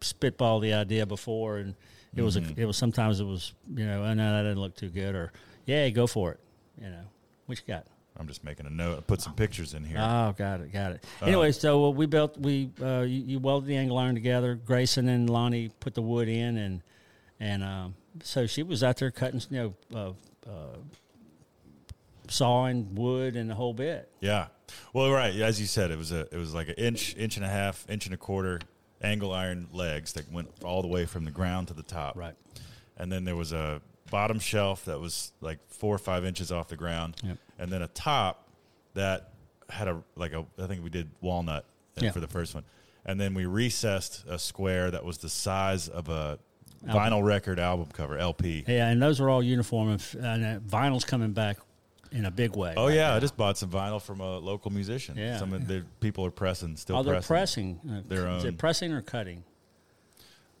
spitball the idea before, and it was Mm-hmm. a, it was sometimes it was you know oh no that didn't look too good, or yeah go for it, you know what you got. I'm just making a note. I put some pictures in here. Oh, got it, got it. Anyway, so uh, we built, we uh, you, you welded the angle iron together. Grayson and Lonnie put the wood in, and and um, so she was out there cutting, you know, uh, uh, sawing wood and the whole bit. yeah. Well, right. As you said, it was a, it was like an inch, inch and a half, inch and a quarter angle iron legs that went all the way from the ground to the top. And then there was a bottom shelf that was like four or five inches off the ground. Yep. And then a top that had a, like a, I think we did walnut uh, Yeah. for the first one. And then we recessed a square that was the size of a vinyl record album cover, LP. Yeah, and those were all uniform, and, f- and uh, vinyl's coming back in a big way. Oh yeah, I just bought some vinyl from a local musician. Yeah. some of the people are pressing, still Oh, they're pressing. pressing. Uh, Their Is own. it pressing or cutting?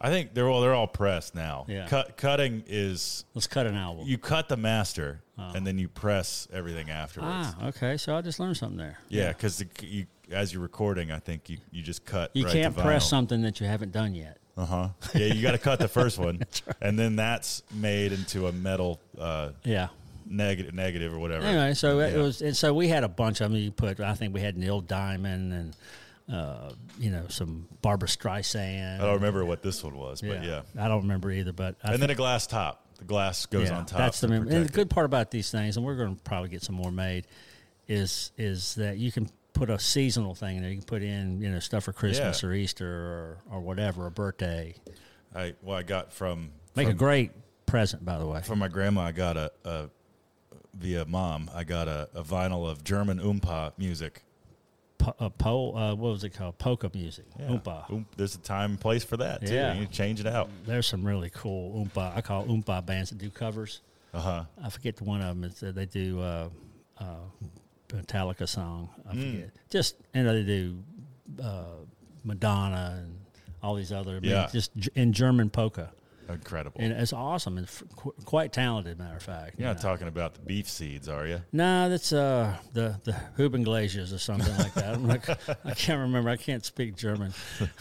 I think they're all they're all pressed now. Yeah. Cut, cutting is Let's cut an album. you cut the master and then you press everything afterwards. Oh. ah, okay. So I just learned something there. Yeah, because you, as you're recording, I think you, you just cut. You right can't to press something that you haven't done yet. Uh huh. Yeah, you got to cut the first one, and then that's made into a metal uh, Yeah. negative, negative or whatever. Anyway, so it Yeah. was, and so we had a bunch of them. You put, I think we had Neil Diamond and, uh, you know, some Barbara Streisand. I don't remember what this one was, but yeah. I don't remember either, but I And then a glass top. The glass goes yeah, on top. That's the to mem- and the protect it. good part about these things, and we're going to probably get some more made, is is that you can put a seasonal thing in there. You can put in you know stuff for Christmas Yeah. or Easter or or whatever, a birthday. I well, I got from Make a from, great present, by the way. from my grandma. I got a, a via mom. I got a, a vinyl of German oompa music. Po- a pole, uh, what was it called? Polka music. Yeah. Oompa. Oom- there's a time and place for that too. Yeah. You change it out. There's some really cool oompa. I call oompa bands that do covers. Uh huh. I forget the one of them. It's, uh, they do uh, uh, Metallica song. I forget. Just you know they do uh, Madonna and all these other. I mean, Yeah. Just G- in German polka, Incredible. and it's awesome. It's qu- quite talented, matter of fact. you You're not know. talking about the beef seeds, are you? No, that's uh, the the Hubenglaciers or something like that. I'm like, I can't remember. I can't speak German.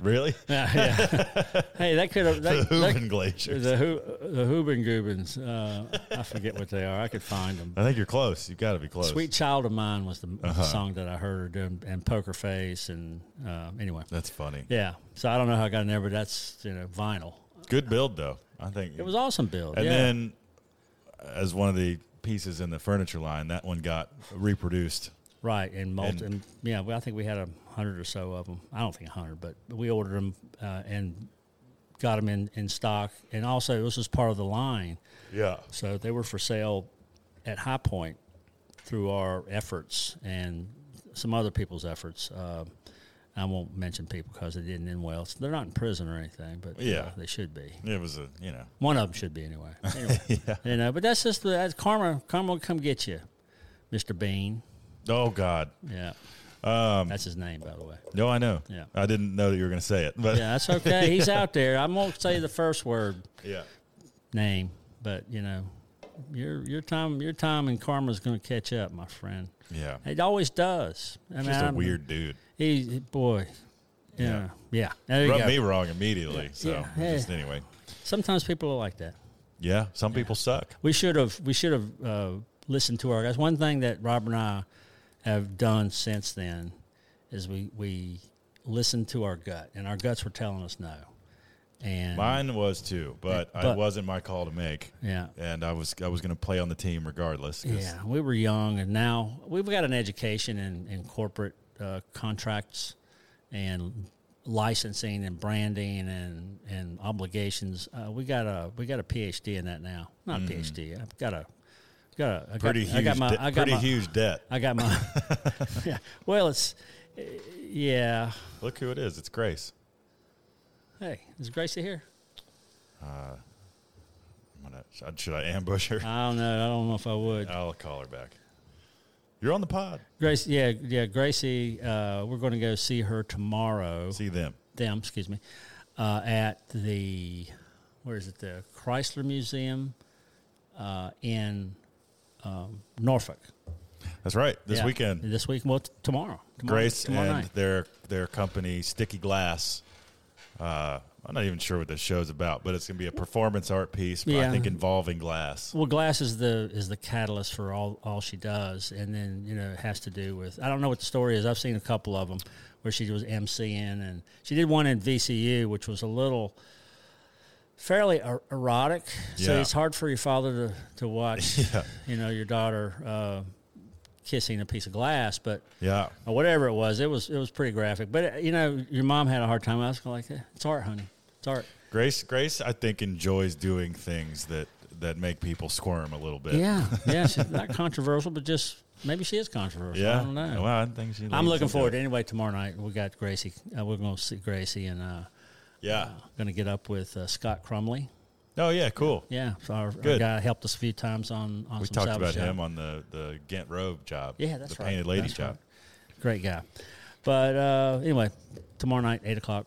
Really? Yeah, yeah. hey, that could have the that, that, Hooven Glaciers. the Hu- the Hubengoobins. Uh, I forget what they are. I could find them. I think you're close. You've got to be close. Uh-huh. Sweet Child of Mine was the, was the song that I heard her doing, and Poker Face, and uh, anyway, That's funny. yeah. So I don't know how I got in there, but that's you know vinyl. Good build though. I think It was awesome build. And yeah. then, as one of the pieces in the furniture line, that one got reproduced. right and multi, and- and, yeah. Well, I think we had a hundred or so of them. I don't think a hundred, but we ordered them uh, and got them in in stock. And also, this was part of the line, Yeah. so they were for sale at High Point through our efforts and some other people's efforts. Uh, I won't mention people because they didn't end well. So they're not in prison or anything, but uh, Yeah. they should be. It was a you know. One of them should be anyway. anyway You know, but that's just the that's karma. Karma will come get you, Mister Bean. Oh God. Yeah, that's his name, by the way. No, I know. Yeah. I didn't know that you were going to say it, but Yeah, that's okay. He's out there. I won't say the first word yeah. name, but you know, your your time your time and karma's going to catch up, my friend. Yeah. It always does. I mean, Just a I'm- weird dude. He he- boy. Yeah. Yeah. There you Rubbed go. me wrong immediately. So Yeah. just anyway. Sometimes people are like that. Yeah. Some people suck. We should have we should have uh, listened to our guys. One thing that Rob and I have done since then is we we listened to our gut, and our guts were telling us no. And Mine was too, but, I But- wasn't my call to make. yeah, And I was I was going to play on the team regardless. 'cause- yeah, we were young, and now we've got an education in in corporate uh, contracts and licensing and branding and and obligations. Uh, we got a we got a PhD in that now. Not a PhD. I've got a got a I got, Mm-hmm. Pretty I huge. got my de- I got pretty my, huge debt. I got my. yeah. Well, it's uh, yeah. Look who it is. It's Grace. Hey, is Gracie here? I'm gonna, should- should I ambush her? I don't know. I don't know if I would. I'll call her back. You're on the pod. Grace, yeah, yeah. Gracie, uh, we're going to go see her tomorrow. See them. Them, excuse me, uh, at the where is it? The Chrysler Museum uh, in um, Norfolk That's right. This Yeah. weekend, This week, well, t- tomorrow. tomorrow Grace tomorrow and night. their their company Sticky Glass. Uh, I'm not even sure what this show's about, but it's gonna be a performance art piece. But I Yeah. think involving glass. Well, glass is the is the catalyst for all all she does, and then you know it has to do with I don't know what the story is. I've seen a couple of them where she was MCing, and she did one in VCU, which was a little fairly er- erotic. So Yeah. it's hard for your father to to watch, Yeah. you know, your daughter uh, kissing a piece of glass, but Yeah, or whatever it was, it was it was pretty graphic. But uh, you know, your mom had a hard time. I was kinda like, "Eh, it's art, honey, it's art. Grace. Grace, I think enjoys doing things that that make people squirm a little bit. Yeah, yeah, she's not controversial, but just maybe she is controversial. yeah. I don't know. Well, I think she I'm leaves looking into forward to it. it. anyway. Tomorrow night we got Gracie. Uh, we're going to see Gracie and uh, Yeah. going to get up with uh, Scott Crumley. Oh yeah. Cool. Yeah, so our, our Good. guy helped us a few times on on We some talked salvage about job. him on the the Ghent Robe job. Yeah, that's the right. painted lady That's job. right. Great guy. But uh, anyway, tomorrow night eight o'clock.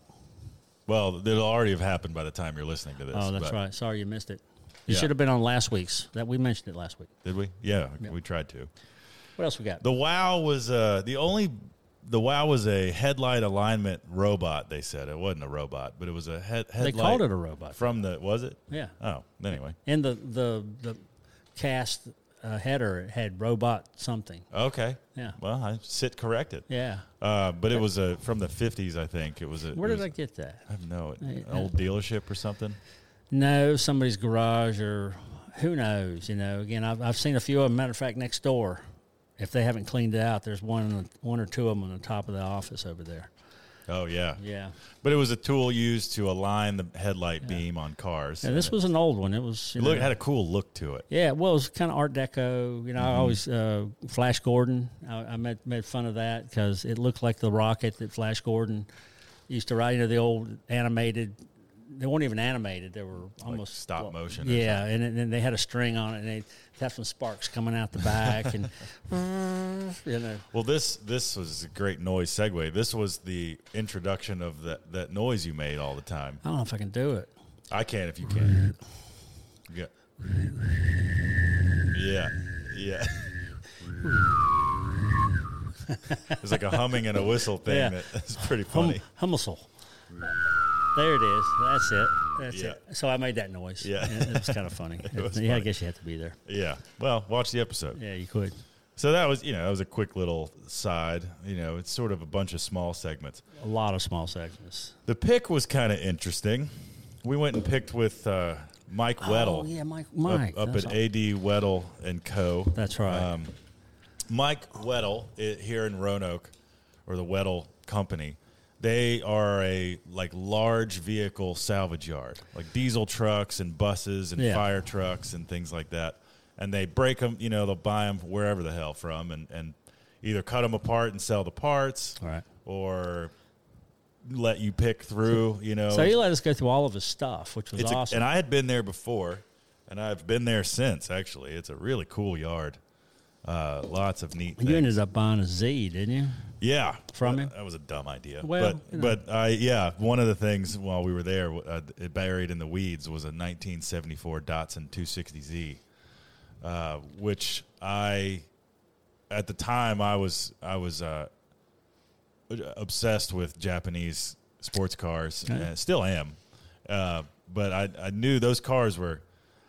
Well, it'll already have happened by the time you're listening to this. Oh, that's but- right. Sorry you missed it. You Yeah. should have been on last week's. That we mentioned it last week. Did we? Yeah, we tried to. What else we got? The WoW was uh, the only. The WoW was a headlight alignment robot. They said it wasn't a robot, but it was a head, they headlight. called it a robot. from the was it? Yeah. Oh, anyway, And the the the cast uh, header. It had robot something. Okay. Yeah. Well, I sit corrected. Yeah. Uh, but it was a from the fifties, I think. It was a. Where it did was- I get that? I have no an I- uh, old dealership or something. No, somebody's garage or who knows. You know, again, I've, I've seen a few of them. Matter of fact, next door, if they haven't cleaned it out, there's one one or two of them on the top of the office over there. Oh yeah. Yeah. But it was a tool used to align the headlight beam on cars. Yeah, this was an old one. It was. You It looked- know- had a cool look to it. Yeah, well, it was kind of Art Deco. You know, Mm-hmm. I always uh, Flash Gordon. I, I made, made fun of that because it looked like the rocket that Flash Gordon used to ride. You know, the old animated. They weren't even animated. They were almost stop motion or Yeah, and then- then they had a string on it, and they had some sparks coming out the back, and you know, Well, this this was a great noise segue. This was the introduction of that that noise you made all the time. I don't know if I can do it. I can if you can. Yeah. Yeah. Yeah. it's like a humming and a whistle thing. Yeah. that- That's pretty Hum, funny. Humusel. There it is. That's it. That's Yeah. it. So I made that noise. Yeah. And it was kind of funny. was yeah, I funny. guess you had to be there. Yeah. Well, watch the episode. Yeah, you could. So that was, you know, that was a quick little side. You know, it's sort of a bunch of small segments. A lot of small sections. The pick was kind of interesting. We went and picked with uh, Mike Weddle. Oh, yeah, Mike. up- Mike. Up, that's at all- AD Weddle and Co. That's right. Um, Mike Weddle i- here in Roanoke, or the Weddle Company, they are a like large vehicle salvage yard, like diesel trucks and buses and Yeah. fire trucks and things like that. And they break them, you know, they'll buy them wherever the hell from, and and either cut them apart and sell the parts, All right. or let you pick through, you know. So he let us go through all of his stuff, which was It's a- awesome. and I had been there before, and I've been there since. Actually, it's a really cool yard. Uh, lots of neat. you things. ended up buying a Z, didn't you? yeah, from that, him? That was a dumb idea. Well, but you know. but I yeah, one of the things while we were there, uh, it buried in the weeds, was a 1974 Datsun 260Z, uh, which I at the time I was I was uh, obsessed with Japanese sports cars, and still am. Uh, but I, I knew those cars were.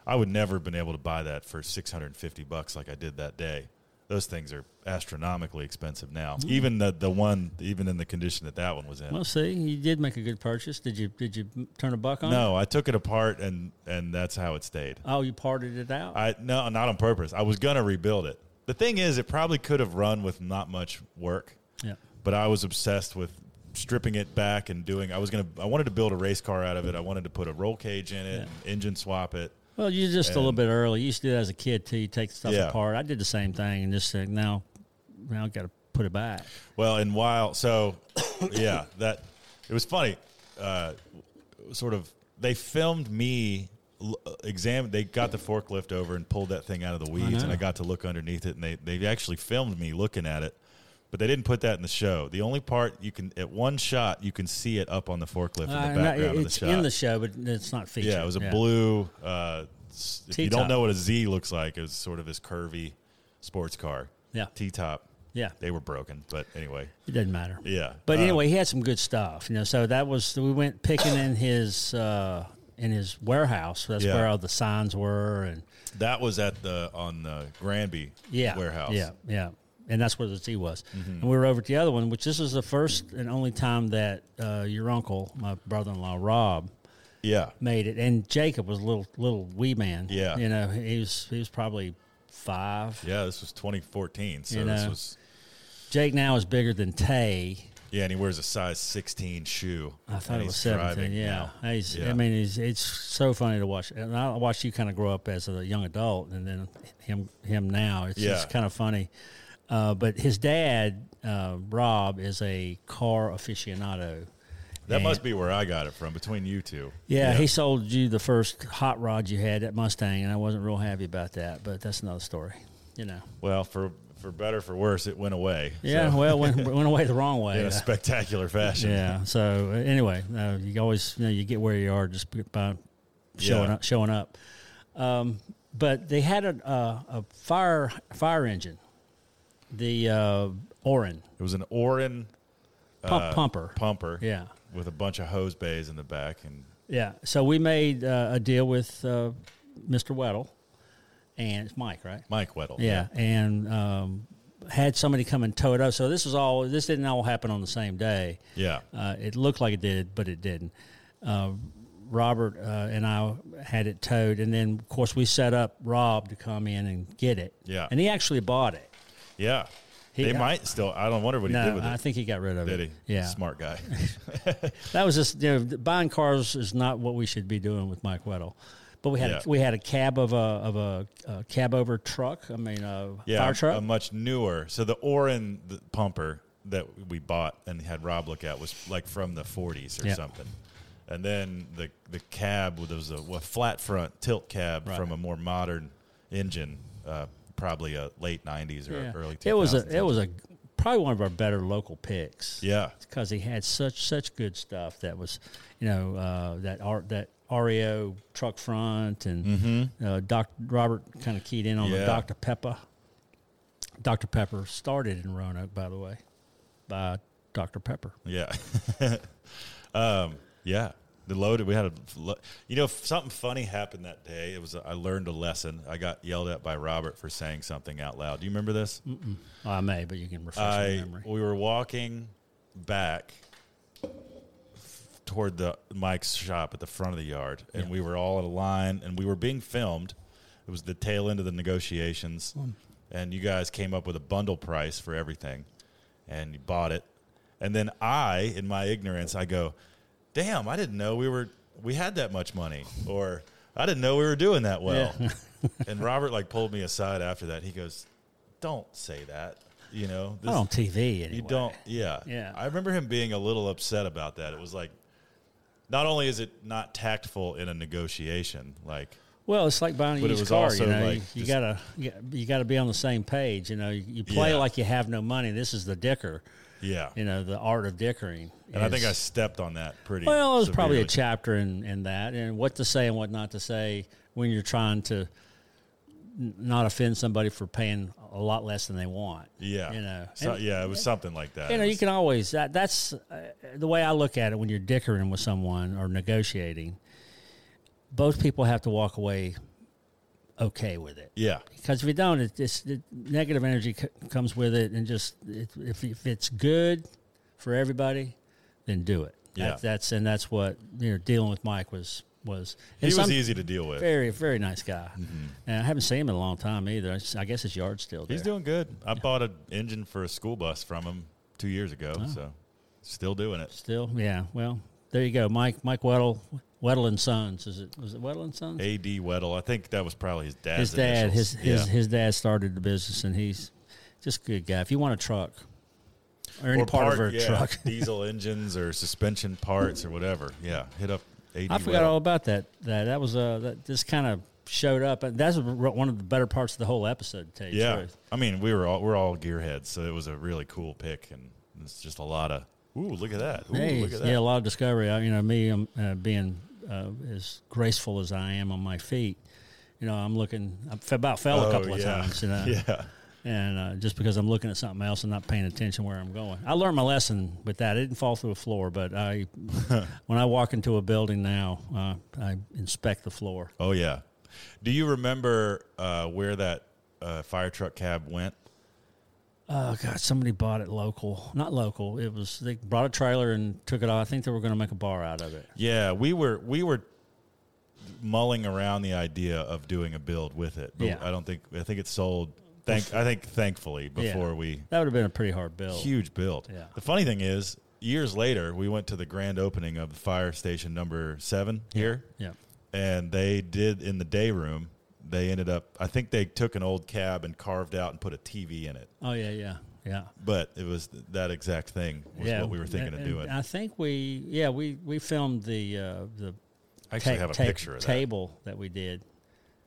I would never have been able to buy that for six hundred and fifty bucks like I did that day. Those things are astronomically expensive now. Even the the one, even in the condition that that one was in. Well, see, you did make a good purchase. Did you? Did you m- turn a buck on? it? no, I took it apart and and that's how it stayed. Oh, you parted it out. I no, not on purpose. I was gonna rebuild it. The thing is, it probably could have run with not much work. yeah. but I was obsessed with stripping it back and doing. I was gonna. I wanted to build a race car out of it. I wanted to put a roll cage in it, and engine swap it. Well, you're just a little And- bit early. You used to do that as a kid too. You take stuff Yeah. apart. I did the same thing and just said, now, now I got to put it back. Well, and while so, yeah, that it was funny. Uh, sort of, they filmed me l- exam. They got the forklift over and pulled that thing out of the weeds, and know. I got to look underneath it, and they they actually filmed me looking at it. But they didn't put that in the show. The only part you can at one shot you can see it up on the forklift in the Uh, and background I- of the it's shot. in the show, but it's not featured. Yeah, it was a blue. Uh, s- if you don't T-top. know what a Z looks like, it was sort of this curvy sports car. Yeah. T top. Yeah, They were broken, but anyway, it doesn't matter. yeah. But Uh, anyway, he had some good stuff, you know. So that was we went picking in his uh, in his warehouse. That's Yeah. where all the signs were, and that was at the on the Granby yeah, warehouse. Mm-hmm. yeah, yeah. And that's where the Z was. And we were over at the other one, which this is the first and only time that uh, your uncle, my brother-in-law Rob, yeah, made it. And Jacob was a little little wee man. Yeah. you know, he was he was probably five. yeah. This was 2014, so You this know. was Jake now is bigger than Tay. yeah. And he wears a size 16 shoe. I thought and it was he's 17. driving Yeah. now. He's, Yeah. I mean, he's, it's so funny to watch. And I watched you kind of grow up as a young adult and then him him now. It's Yeah. just kind of funny. Uh, but his dad, uh, Rob, is a car aficionado. That And- must be where I got it from between you two. Yeah, he sold you the first hot rod you had, that Mustang, and I wasn't real happy about that, but that's another story, you know. well for for better for worse, it went away. Yeah, so, well, went, went away the wrong in way. a spectacular fashion. yeah. So uh, anyway, uh, you always you know you get where you are just by showing Yeah. up. Showing up. Um, but they had a, a, a fire fire engine, the uh, Orin It was an Orin pump, uh, pumper. Pumper. Yeah, with a bunch of hose bays in the back and yeah. So we made uh, a deal with uh, Mr. Weddle, and it's Mike, right? Mike Weddle. Yeah, and um, had somebody come and tow it up. So this was all. This didn't all happen on the same day. Yeah. Uh, it looked like it did, but it didn't. Uh, Robert uh, and I had it towed, and then of course we set up Rob to come in and get it. Yeah. and he actually bought it. Yeah. He- they might still. I don't wonder what he did No, with it. I think he got rid of did it. he? Yeah, Smart guy. That was just you know, buying cars is not what we should be doing with Mike Weddle. But we had Yeah. a, we had a cab of a of a, a cab over truck. I mean, a Yeah. fire A truck. much newer. So the Orin the pumper that we bought and had Rob look at was like from the 40s or Yeah. something. And then the the cab was- there was a, a flat front tilt cab Right. from a more modern engine, uh, probably a late 90s or Yeah. early 2000s. It was a it was a probably one of our better local picks. Yeah. because he had such such good stuff that was, you know, uh, that art that REO truck front and uh, Doc Robert kind of keyed in on Mm-hmm. Yeah. the Dr Pepper. Dr Pepper started in Roanoke, by the way, by Dr Pepper. Yeah. um, yeah. The loaded. We had a. lo- You know, something funny happened that day. It was I learned a lesson. I got yelled at by Robert for saying something out loud. Do you remember this? I may, but you can refresh Mm, my I memory. we were walking back toward the Mike's shop at the front of the yard, and Yeah. we were all in a line, and we were being filmed. It was the tail end of the negotiations, and you guys came up with a bundle price for everything, and you bought it, and then I, in my ignorance, I go, "Damn, I didn't know we were we had that much money," or "I didn't know we were doing that well." and Robert like pulled me aside after that. He goes, "Don't say that." You know, this, Not on TV anyway. you don't. Yeah. Oh. Yeah. I remember him being a little upset about that. It was like, not only is it not tactful in a negotiation, like, Well, it's like buying a But it used was car. also you know, like you, you just- gotta you gotta- you gotta be on the same page. You know, you, you play Yeah. like you have no money. This is the dicker. yeah. You know, the art of dickering. and I think is- I stepped on that pretty. well, there's probably a severely. chapter in in that and what to say and what not to say when you're trying to n- not offend somebody for paying a lot less than they want. Yeah. you know, So- And- yeah, it was something like that. you know, It you was- can always that, that's uh, the way I look at it when you're dickering with someone or negotiating. Both people have to walk away okay with it yeah. because if you don't, it, it's it, negative energy c- comes with it, and just it, if if it's good for everybody, then do it. That- Yeah. that's and that's what you know. Dealing with Mike was was He and was some- easy to deal with. very very nice guy, and I haven't seen him in a long time either. I, s- I guess his yard's still there. He's doing good. I bought an engine for a school bus from him two years ago. Oh. So still doing it. still, yeah. Well, there you go, Mike Mike Weddle Weddle and Sons. Is it was it Weddle and Sons? A.D. Weddle. I think that was probably his dad's his dad initials. his his, Yeah. his dad started the business, and he's just a good guy. If you want a truck or any part, of part- our yeah, truck. diesel engines or suspension parts or whatever. Yeah, hit up. AD I forgot Weddle. all about that. That that was uh that just kind of showed up, and that's one of the better parts of the whole episode. To tell you the Yeah, truth. I mean we were all we're all gearheads, so it was a really cool pick, and it's just a lot of ooh, look at that, ooh, Hey, look at that. yeah, a lot of discovery. I, you know, me um, uh, being uh, as graceful as I am on my feet. You know, I'm looking. I f- about fell Oh, a couple of yeah. times. You know, yeah, and uh, just because I'm looking at something else and not paying attention where I'm going, I learned my lesson with that. I didn't fall through a floor, but I, when I walk into a building now, uh, I inspect the floor. oh yeah. Do you remember uh, where that uh, fire truck cab went? Oh god, somebody bought it local. Not local. It was they brought a trailer and took it off. I think they were going to make a bar out of it. Yeah, we were we were mulling around the idea of doing a build with it, but Yeah. I don't think I think it sold. Thank I think thankfully Yeah. before we That would have been a pretty hard bill. huge build. Yeah. The funny thing is, years later, we went to the grand opening of the fire station number seven here, Yeah. and they did in the day room. They ended up, I think they took an old cab and carved out and put a TV in it. Oh yeah, yeah. Yeah. But it was that exact thing was yeah. what we were thinking And- of and doing. I think we yeah, we we filmed the uh the I actually ta- have a ta- picture of that. table that we did.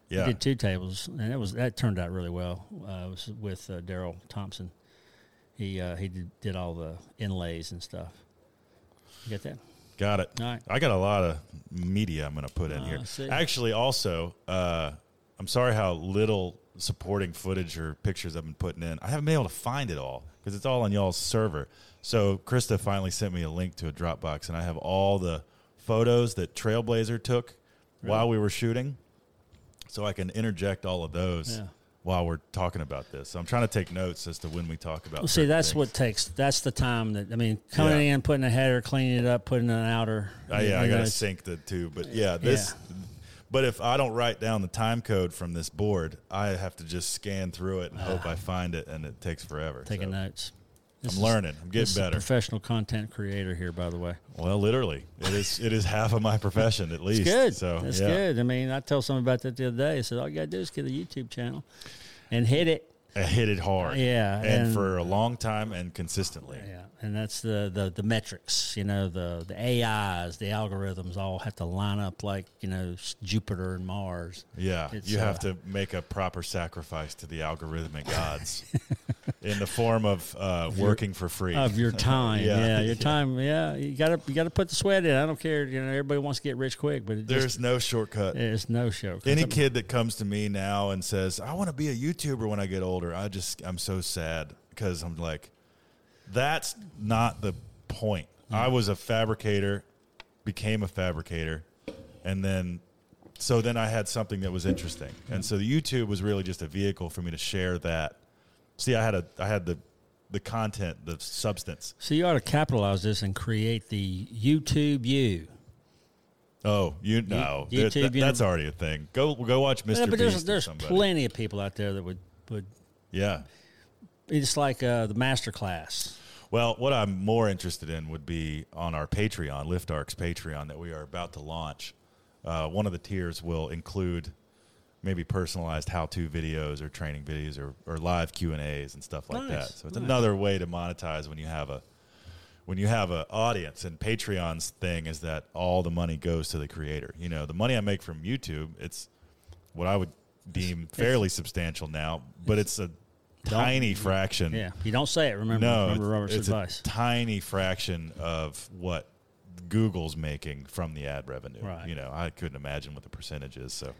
yeah. We did two tables and it was that turned out really well. Uh, it was with uh, Daryl Thompson. He uh, he did, did all the inlays and stuff. You get that? Got it. All right. I got a lot of media I'm going to put in Oh, I see. here. Actually, also, uh, I'm sorry how little supporting footage or pictures I've been putting in. I haven't been able to find it all because it's all on y'all's server. So Krista finally sent me a link to a Dropbox, and I have all the photos that Trailblazer took while we were shooting. so I can interject all of those Yeah. while we're talking about this. So I'm trying to take notes as to when we talk about. Well, Oh, see, certain that's things. what takes. That's the time that I mean, coming Yeah. in, putting a header, cleaning it up, putting an outer. Uh, yeah, I you know, gotta it's- sync the two, but yeah, this. But if I don't write down the time code from this board, I have to just scan through it and hope Ah. I find it, and it takes forever. taking So notes. This I'm is- learning. this I'm getting is a better. professional content creator here, by the way. Well, literally, it is. It is half of my profession, at least. It's good. So That's yeah. good. I mean, I told someone about that the other day. I said, all you got to do is get a YouTube channel and hit it. I hit it hard. Yeah, and, and- for a long time and consistently. Yeah, and that's the, the, the metrics, you know, the, the AIs, the algorithms all have to line up like, you know, s- Jupiter and Mars. Yeah, It's, you have uh, to make a proper sacrifice to the algorithmic gods in the form of uh, working for free. Of your time, Yeah. yeah, your time, yeah. You gotta, you gotta put the sweat in. I don't care, you know. Everybody wants to get rich quick, but it just, There's no shortcut. it's no show. Any kid that comes to me now and says, "I want to be a YouTuber when I get older," I just I'm so sad because I'm like, that's not the point. Mm-hmm. I was a fabricator, became a fabricator, and then so then I had something that was interesting, Mm-hmm. and so the YouTube was really just a vehicle for me to share that. See, I had a I had the the content, the substance. So you ought to capitalize this and create the YouTube you. Oh, you know, YouTube, you that's know- already a thing. Go go watch Mr. Yeah, but there's Beast or there's somebody. plenty of people out there that would would. yeah. It's like uh, the master class. Well, what I'm more interested in would be on our Patreon, Lift Arcs Patreon, that we are about to launch. Uh, one of the tiers will include maybe personalized how-to videos or training videos or, or live Q and A's and stuff like Nice, that. So it's nice. another way to monetize when you have a when you have an audience. And Patreon's thing is that all the money goes to the creator. You know, the money I make from YouTube, it's what I would deem fairly substantial now, but it's a tiny fraction Yeah, you don't say it. Remember, no, remember it's- Robert's it's advice. a tiny fraction of what Google's making from the ad revenue. Right. You know, I couldn't imagine what the percentage is. So,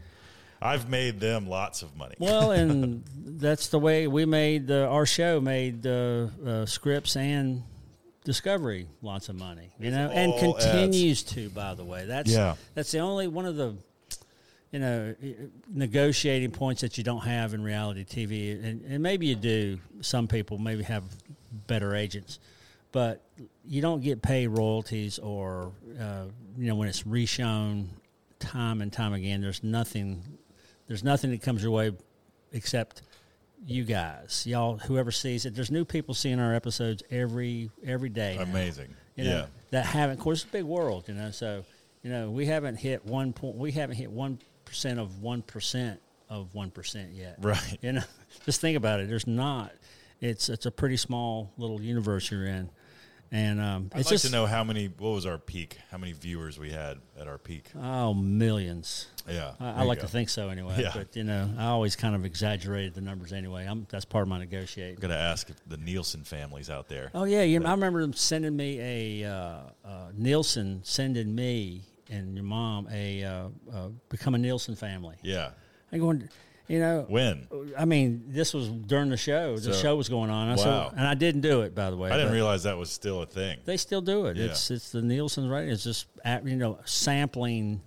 I've made them lots of money. well, and that's the way we made the, our show made uh, uh, scripts and discovery lots of money. You know, and all ads. continues to. By the way, that's Yeah. that's the only one of the you know negotiating points that you don't have in reality TV, and, and maybe you do. Some people maybe have better agents, but you don't get paid royalties or uh, you know when it's reshown time and time again. There's nothing. There's nothing that comes your way except you guys, y'all, whoever sees it. There's new people seeing our episodes every every day. now Amazing. you know, yeah. that haven't. Of course, it's a big world, you know. So, you know, we haven't hit one point. We haven't hit one percent of one percent of one percent yet. Right. You know, just think about it. There's not. It's it's a pretty small little universe you're in, and um, I'd it's like just to know how many. What was our peak? How many viewers we had at our peak? oh millions. Yeah. there I, I you like go. to think so anyway. Yeah. But you know, I always kind of exaggerated the numbers anyway. I'm that's part of my I'm negotiating. gonna ask if the Nielsen families out there. Oh yeah, you, I remember them sending me a uh, uh, Nielsen sending me and your mom a uh, uh, become a Nielsen family. Yeah. I going, you know, When? I mean, this was during the show. The So- show was going on. I said- Wow. and I didn't do it by the way. I didn't but realize that was still a thing. they still do it. Yeah. It's it's the Nielsen right. It's just at, you know sampling.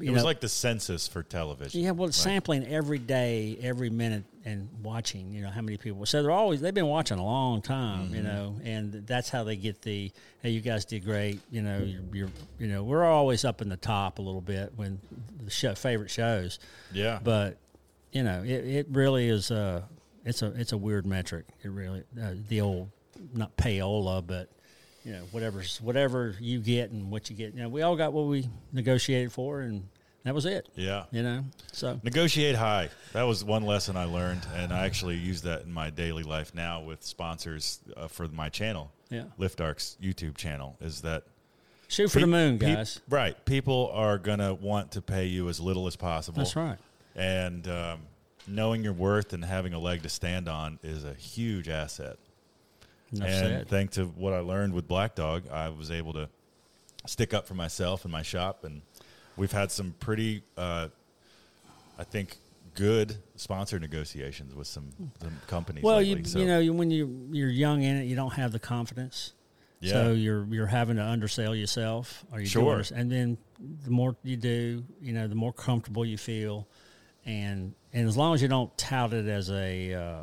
It was like the census for television. Yeah, well, it's sampling every day, every minute, and watching. You know how many people. So they're always they've been watching a long time. You know, and that's how they get the hey, you guys did great. You know, you're, you're you know we're always up in the top a little bit when the show, favorite shows, Yeah. but you know it, it really is a it's a it's a weird metric. It really uh, the old not payola, but you know whatever's whatever you get and what you get. You know, we all got what we negotiated for, and that was it yeah. you know. So Negotiate high. That was one lesson I learned, and I actually use that in my daily life now with sponsors uh, for my channel, Yeah. Lift Arc's YouTube channel. Is that shoot for the peop- moon, peop- guys. right? People are gonna want to pay you as little as possible. That's right. And um, knowing your worth and having a leg to stand on is a huge asset. Enough and said. thanks to what I learned with Black Dog, I was able to stick up for myself and my shop. And we've had some pretty, uh, I think, good sponsor negotiations with some, some companies. well, lately. you so, you know you, when you you're young in it, you don't have the confidence. Yeah. So you're you're having to undersell yourself, or you Sure. and then the more you do, you know, the more comfortable you feel, and and as long as you don't tout it as a uh,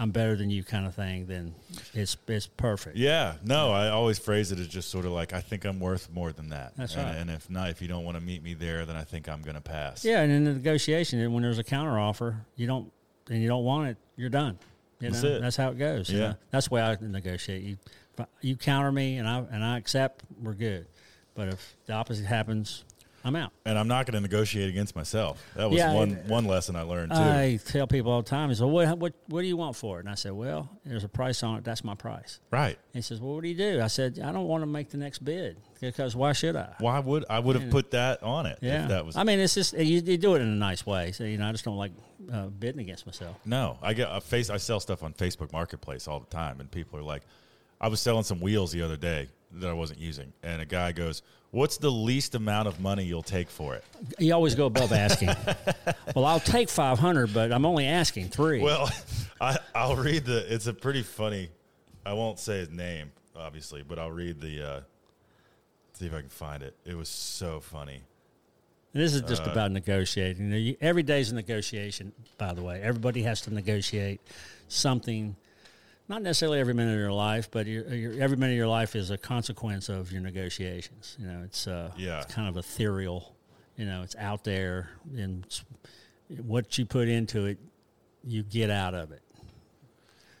I'm better than you kind of thing, then it's it's perfect. Yeah, no, I always phrase it as just sort of like I think I'm worth more than that. That's and, right. And if not, if you don't want to meet me there, then I think I'm going to pass. Yeah, and in the negotiation, and when there's a counter offer, you don't and you don't want it, you're done. You That's know, it. that's how it goes. you Yeah. know? that's the way I negotiate. You if I- you counter me, and I and I accept, we're good. But if the opposite happens, I'm out. And I'm not going to negotiate against myself. That was Yeah, one and- one lesson I learned too. I tell people all the time, he says, what, what, what do you want for it? And I said, well, there's a price on it. That's my price. right. And he says, well, what do you do? I said, I don't want to make the next bid because why should I? Why would I would have put that on it Yeah. if that was I mean, it's just, you, you do it in a nice way. So, you know, I just don't like uh, bidding against myself. No, I get I face. I sell stuff on Facebook Marketplace all the time, and people are like, "I was selling some wheels the other day that I wasn't using," and a guy goes, "What's the least amount of money you'll take for it?" You always go above asking. well, I'll take 500, but I'm only asking three. Well, I, I'll read the. It's a pretty funny. I won't say his name, obviously, but I'll read the. Uh, see if I can find it. It was so funny. And this is just uh, about negotiating. You know, you, every day's a negotiation, by the way. Everybody has to negotiate something, not necessarily every minute of your life, but your, your, every minute of your life is a consequence of your negotiations. You know, it's, uh, Yeah. it's kind of ethereal. You know, it's out there, and it's, what you put into it, you get out of it.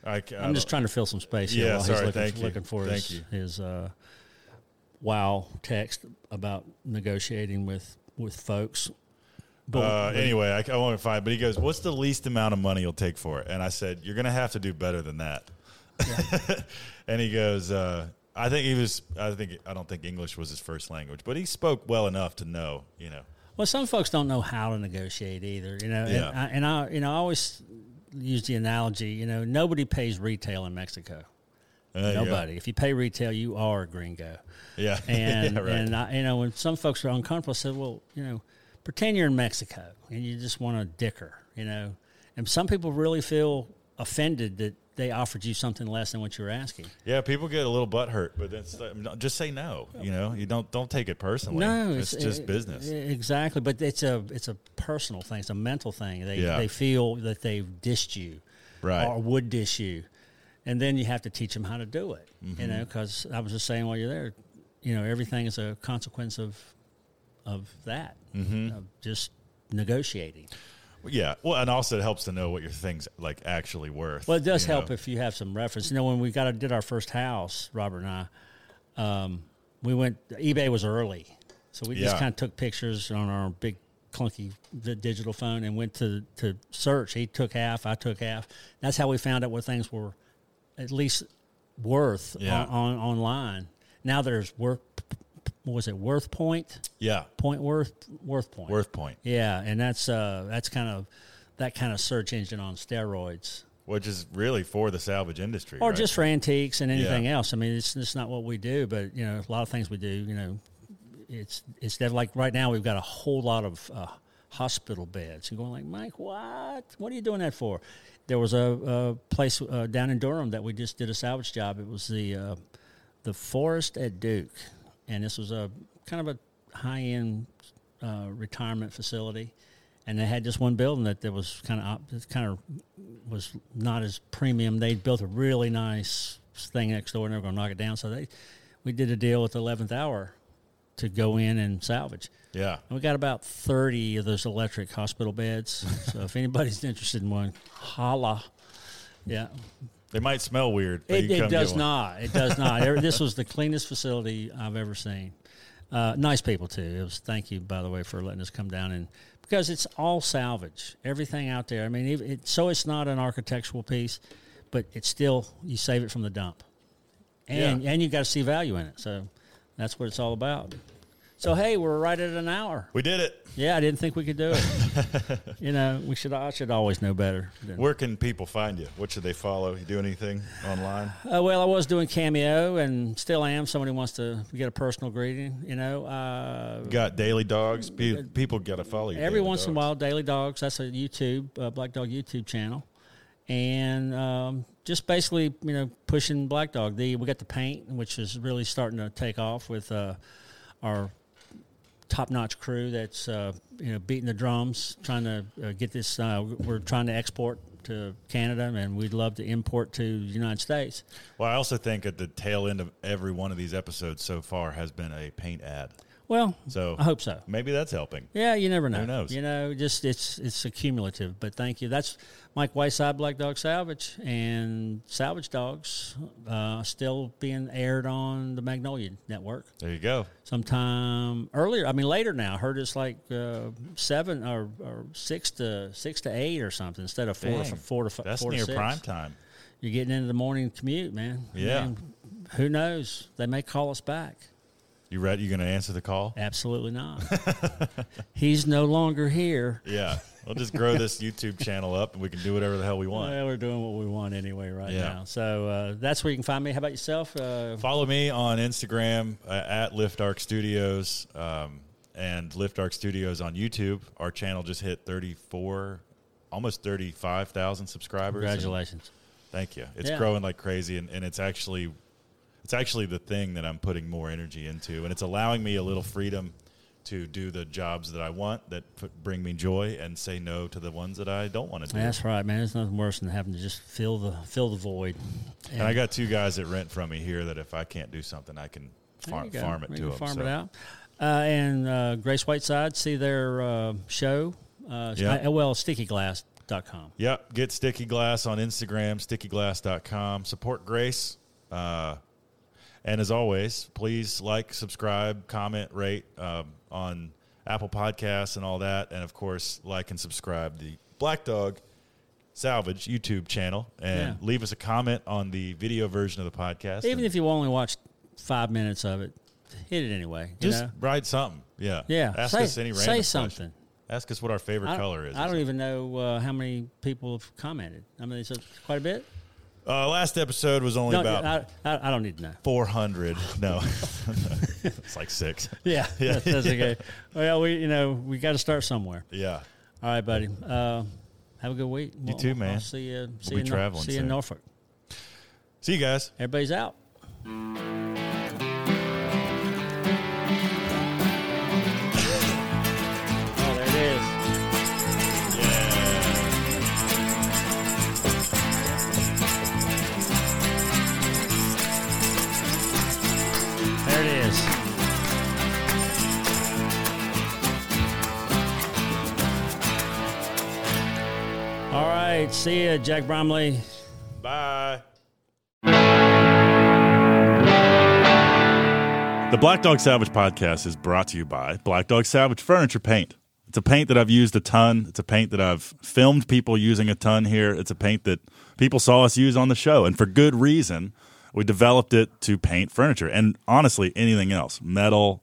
I, ca- I I'm just don't- trying to fill some space here Yeah, while sorry, he's looking, thank you. looking for his, Thank his uh, wow text about negotiating with, with folks. But Uh, anyway, I, I want to find. But he goes, "What's the least amount of money you'll take for it?" And I said, "You're going to have to do better than that." and he goes, uh, "I think he was. I think I don't think English was his first language, but he spoke well enough to know. You know, Well, some folks don't know how to negotiate either, you know. Yeah. And, I, and I, you know, I always use the analogy, you know, nobody pays retail in Mexico. And there you go. Nobody. If you pay retail, you are a gringo. Yeah, And yeah, right. and I, you know, when some folks are uncomfortable, I said, well, you know, pretend you're in Mexico and you just want a dicker, you know. And some people really feel offended that they offered you something less than what you were asking. yeah, people get a little butt hurt, but it's, uh, no- just say no. You know, you don't don't take it personally. No, it's, just it- business. e- Exactly, but it's a it's a personal thing. It's a mental thing. They Yeah. they feel that they've dissed you, Right. or would diss you, and then you have to teach them how to do it. Mm-hmm. You know, because I was just saying while you're there, you know, everything is a consequence of of that, Mm-hmm. of just negotiating. yeah, well, and also it helps to know what your things like actually worth. Well, it does you help know? if you have some reference. You know, when we got did our first house, Robert and I, um, we went. eBay was early, so we just Yeah. kind of took pictures on our big clunky di- digital phone and went to to search. He took half, I took half. That's how we found out what things were at least worth Yeah. on, on online. Now there's worth. What was it worth point? yeah, Point worth worth point. worth point, Yeah, and that's uh that's kind of that kind of search engine on steroids which is really for the salvage industry, or right? just for antiques and anything Yeah. else. I mean, it's it's not what we do, but you know, a lot of things we do. You know, it's it's def- like right now we've got a whole lot of uh, hospital beds. You're going like, Mike, what? What are you doing that for? There was a, a place uh, down in Durham that we just did a salvage job. It was the uh, the Forest at Duke, and this was a kind of a high end uh, retirement facility. And they had just one building that there was kind of kind of was not as premium. They built a really nice thing next door, and they were going to knock it down. So they, we did a deal at the eleventh hour to go in and salvage. yeah. And we got about thirty of those electric hospital beds. so if anybody's interested in one, holla. Yeah, They might smell weird. But you it, can it come get does one. not. It does not. Every- this was the cleanest facility I've ever seen. Uh, nice people too. It was thank you by the way for letting us come down and because it's all salvage, everything out there. I mean, even it, so it's not an architectural piece, but it's still you save it from the dump, and and you got to see value in it. So that's what it's all about. So hey, we're right at an hour. We did it. Yeah, I didn't think we could do it. you know, we should. I should always know better. than- Where can people find you? What should they follow? You do anything online? Uh, well, I was doing cameo and still am. Somebody wants to get a personal greeting, you know. Uh, Got daily dogs. Pe- People got to follow you. every once in a while, Daily Dogs. That's a YouTube uh, Black Dog YouTube channel, and um, just basically, you know, pushing Black Dog. The we got the paint, which is really starting to take off with uh, our top-notch crew that's uh, you know beating the drums, trying to uh, get this. Uh, we're trying to export to Canada, and we'd love to import to the United States. Well, I also think at the tail end of every one of these episodes so far has been a paint ad. Well, So I hope so. Maybe that's helping. Yeah, you never know. knows? You know, just it's it's accumulative. But thank you. That's Mike Whiteside, Black Dog Salvage, and Salvage Dogs uh, still being aired on the Magnolia Network There you go. sometime earlier. I mean, later now. I heard it's like uh, seven or, or six to six to eight or something instead of four to Dang. f- four to f- That's four near to six. prime time. You're getting into the morning commute, man. Yeah. Man, who knows? They may call us back. You ready? You going to answer the call? Absolutely not. He's no longer here. Yeah. We'll just grow this YouTube channel up and we can do whatever the hell we want. Well, we're doing what we want anyway right Yeah. now. So uh, that's where you can find me. How about yourself? Uh, Follow me on Instagram uh, at Lift Arc Studios um, and Lift Arc Studios on YouTube. Our channel just hit 34, almost 35,000 subscribers. congratulations. Thank you. It's Yeah. growing like crazy, and, and it's actually it's actually the thing that I'm putting more energy into, and it's allowing me a little freedom to do the jobs that I want that put, bring me joy, and say no to the ones that I don't want to do. That's right, man. There's nothing worse than having to just fill the fill the void. and I got two guys that rent from me here that if I can't do something, I can There farm, you go. farm it We to can them. Farm it out. Uh, and uh, Grace Whiteside, see their uh, show. Uh, Yeah. I- well, stickyglass.com. Yep. Get Sticky Glass on Instagram, stickyglass.com. Support Grace. Uh, and as always, please like, subscribe, comment, rate um, on Apple Podcasts and all that. And of course, like and subscribe the Black Dog Salvage YouTube channel and Yeah. leave us a comment on the video version of the podcast. Even And if you only watched five minutes of it, hit it anyway. you just know? write something. Yeah. Yeah. Ask Say- us any say random question. something. Ask us what our favorite I don't- color is. I don't even know uh, how many people have commented. I mean, it's uh, quite a bit. uh, last episode was only No, about I, I, I don't need to know. 400. No, it's like six. Yeah, that's, that's okay. Well, we you know we got to start somewhere. Yeah. All right, buddy. Uh, have a good week. You too, man. see you. See be you in Nor- traveling See you in soon. Norfolk. See you guys. Everybody's out. oh, there it is. There it is. All right, see ya, Jack Bromley. Bye. The Black Dog Salvage podcast is brought to you by Black Dog Salvage Furniture Paint. It's a paint that I've used a ton. It's a paint that I've filmed people using a ton here. It's a paint that people saw us use on the show, and for good reason. We developed it to paint furniture and honestly anything else metal,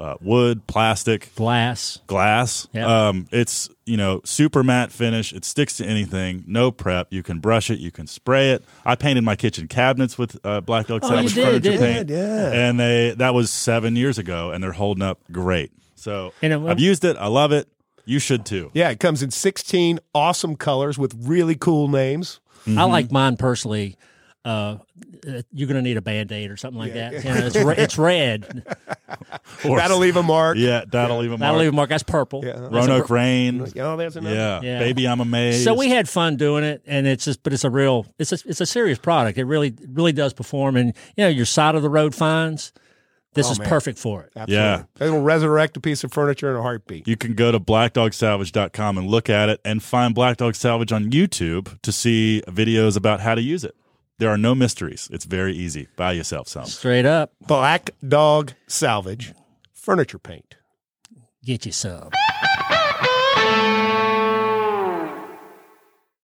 uh, wood, plastic. Glass. glass. Yeah. Um, it's you know super matte finish. It sticks to anything. No prep. You can brush it. You can spray it. I painted my kitchen cabinets with uh, Black Dog Oh, you Salvage did, furniture didn't paint, and they that was seven years ago, and they're holding up great. So And it- I've used it. I love it. You should too. Yeah, it comes in 16 awesome colors with really cool names. I like mine personally. Uh, uh, you're gonna need a band aid or something like that. You know, it's, re- it's red. Or- That'll leave a mark. yeah, that'll leave a That'll mark. leave a mark. That's purple. Yeah. That's Roanoke Rain. Oh, there's another. Yeah. Yeah. baby, I'm amazed. So we had fun doing it, and it's just, but it's a real, it's a, it's a serious product. It really, really does perform, and you know your side of the road finds. This is perfect for it. Yeah. It'll resurrect a piece of furniture in a heartbeat. You can go to blackdogsalvage.com and look at it and find Black Dog Salvage on YouTube to see videos about how to use it. There are no mysteries. It's very easy. Buy yourself some. Straight up, Black Dog Salvage Furniture Paint. get you some.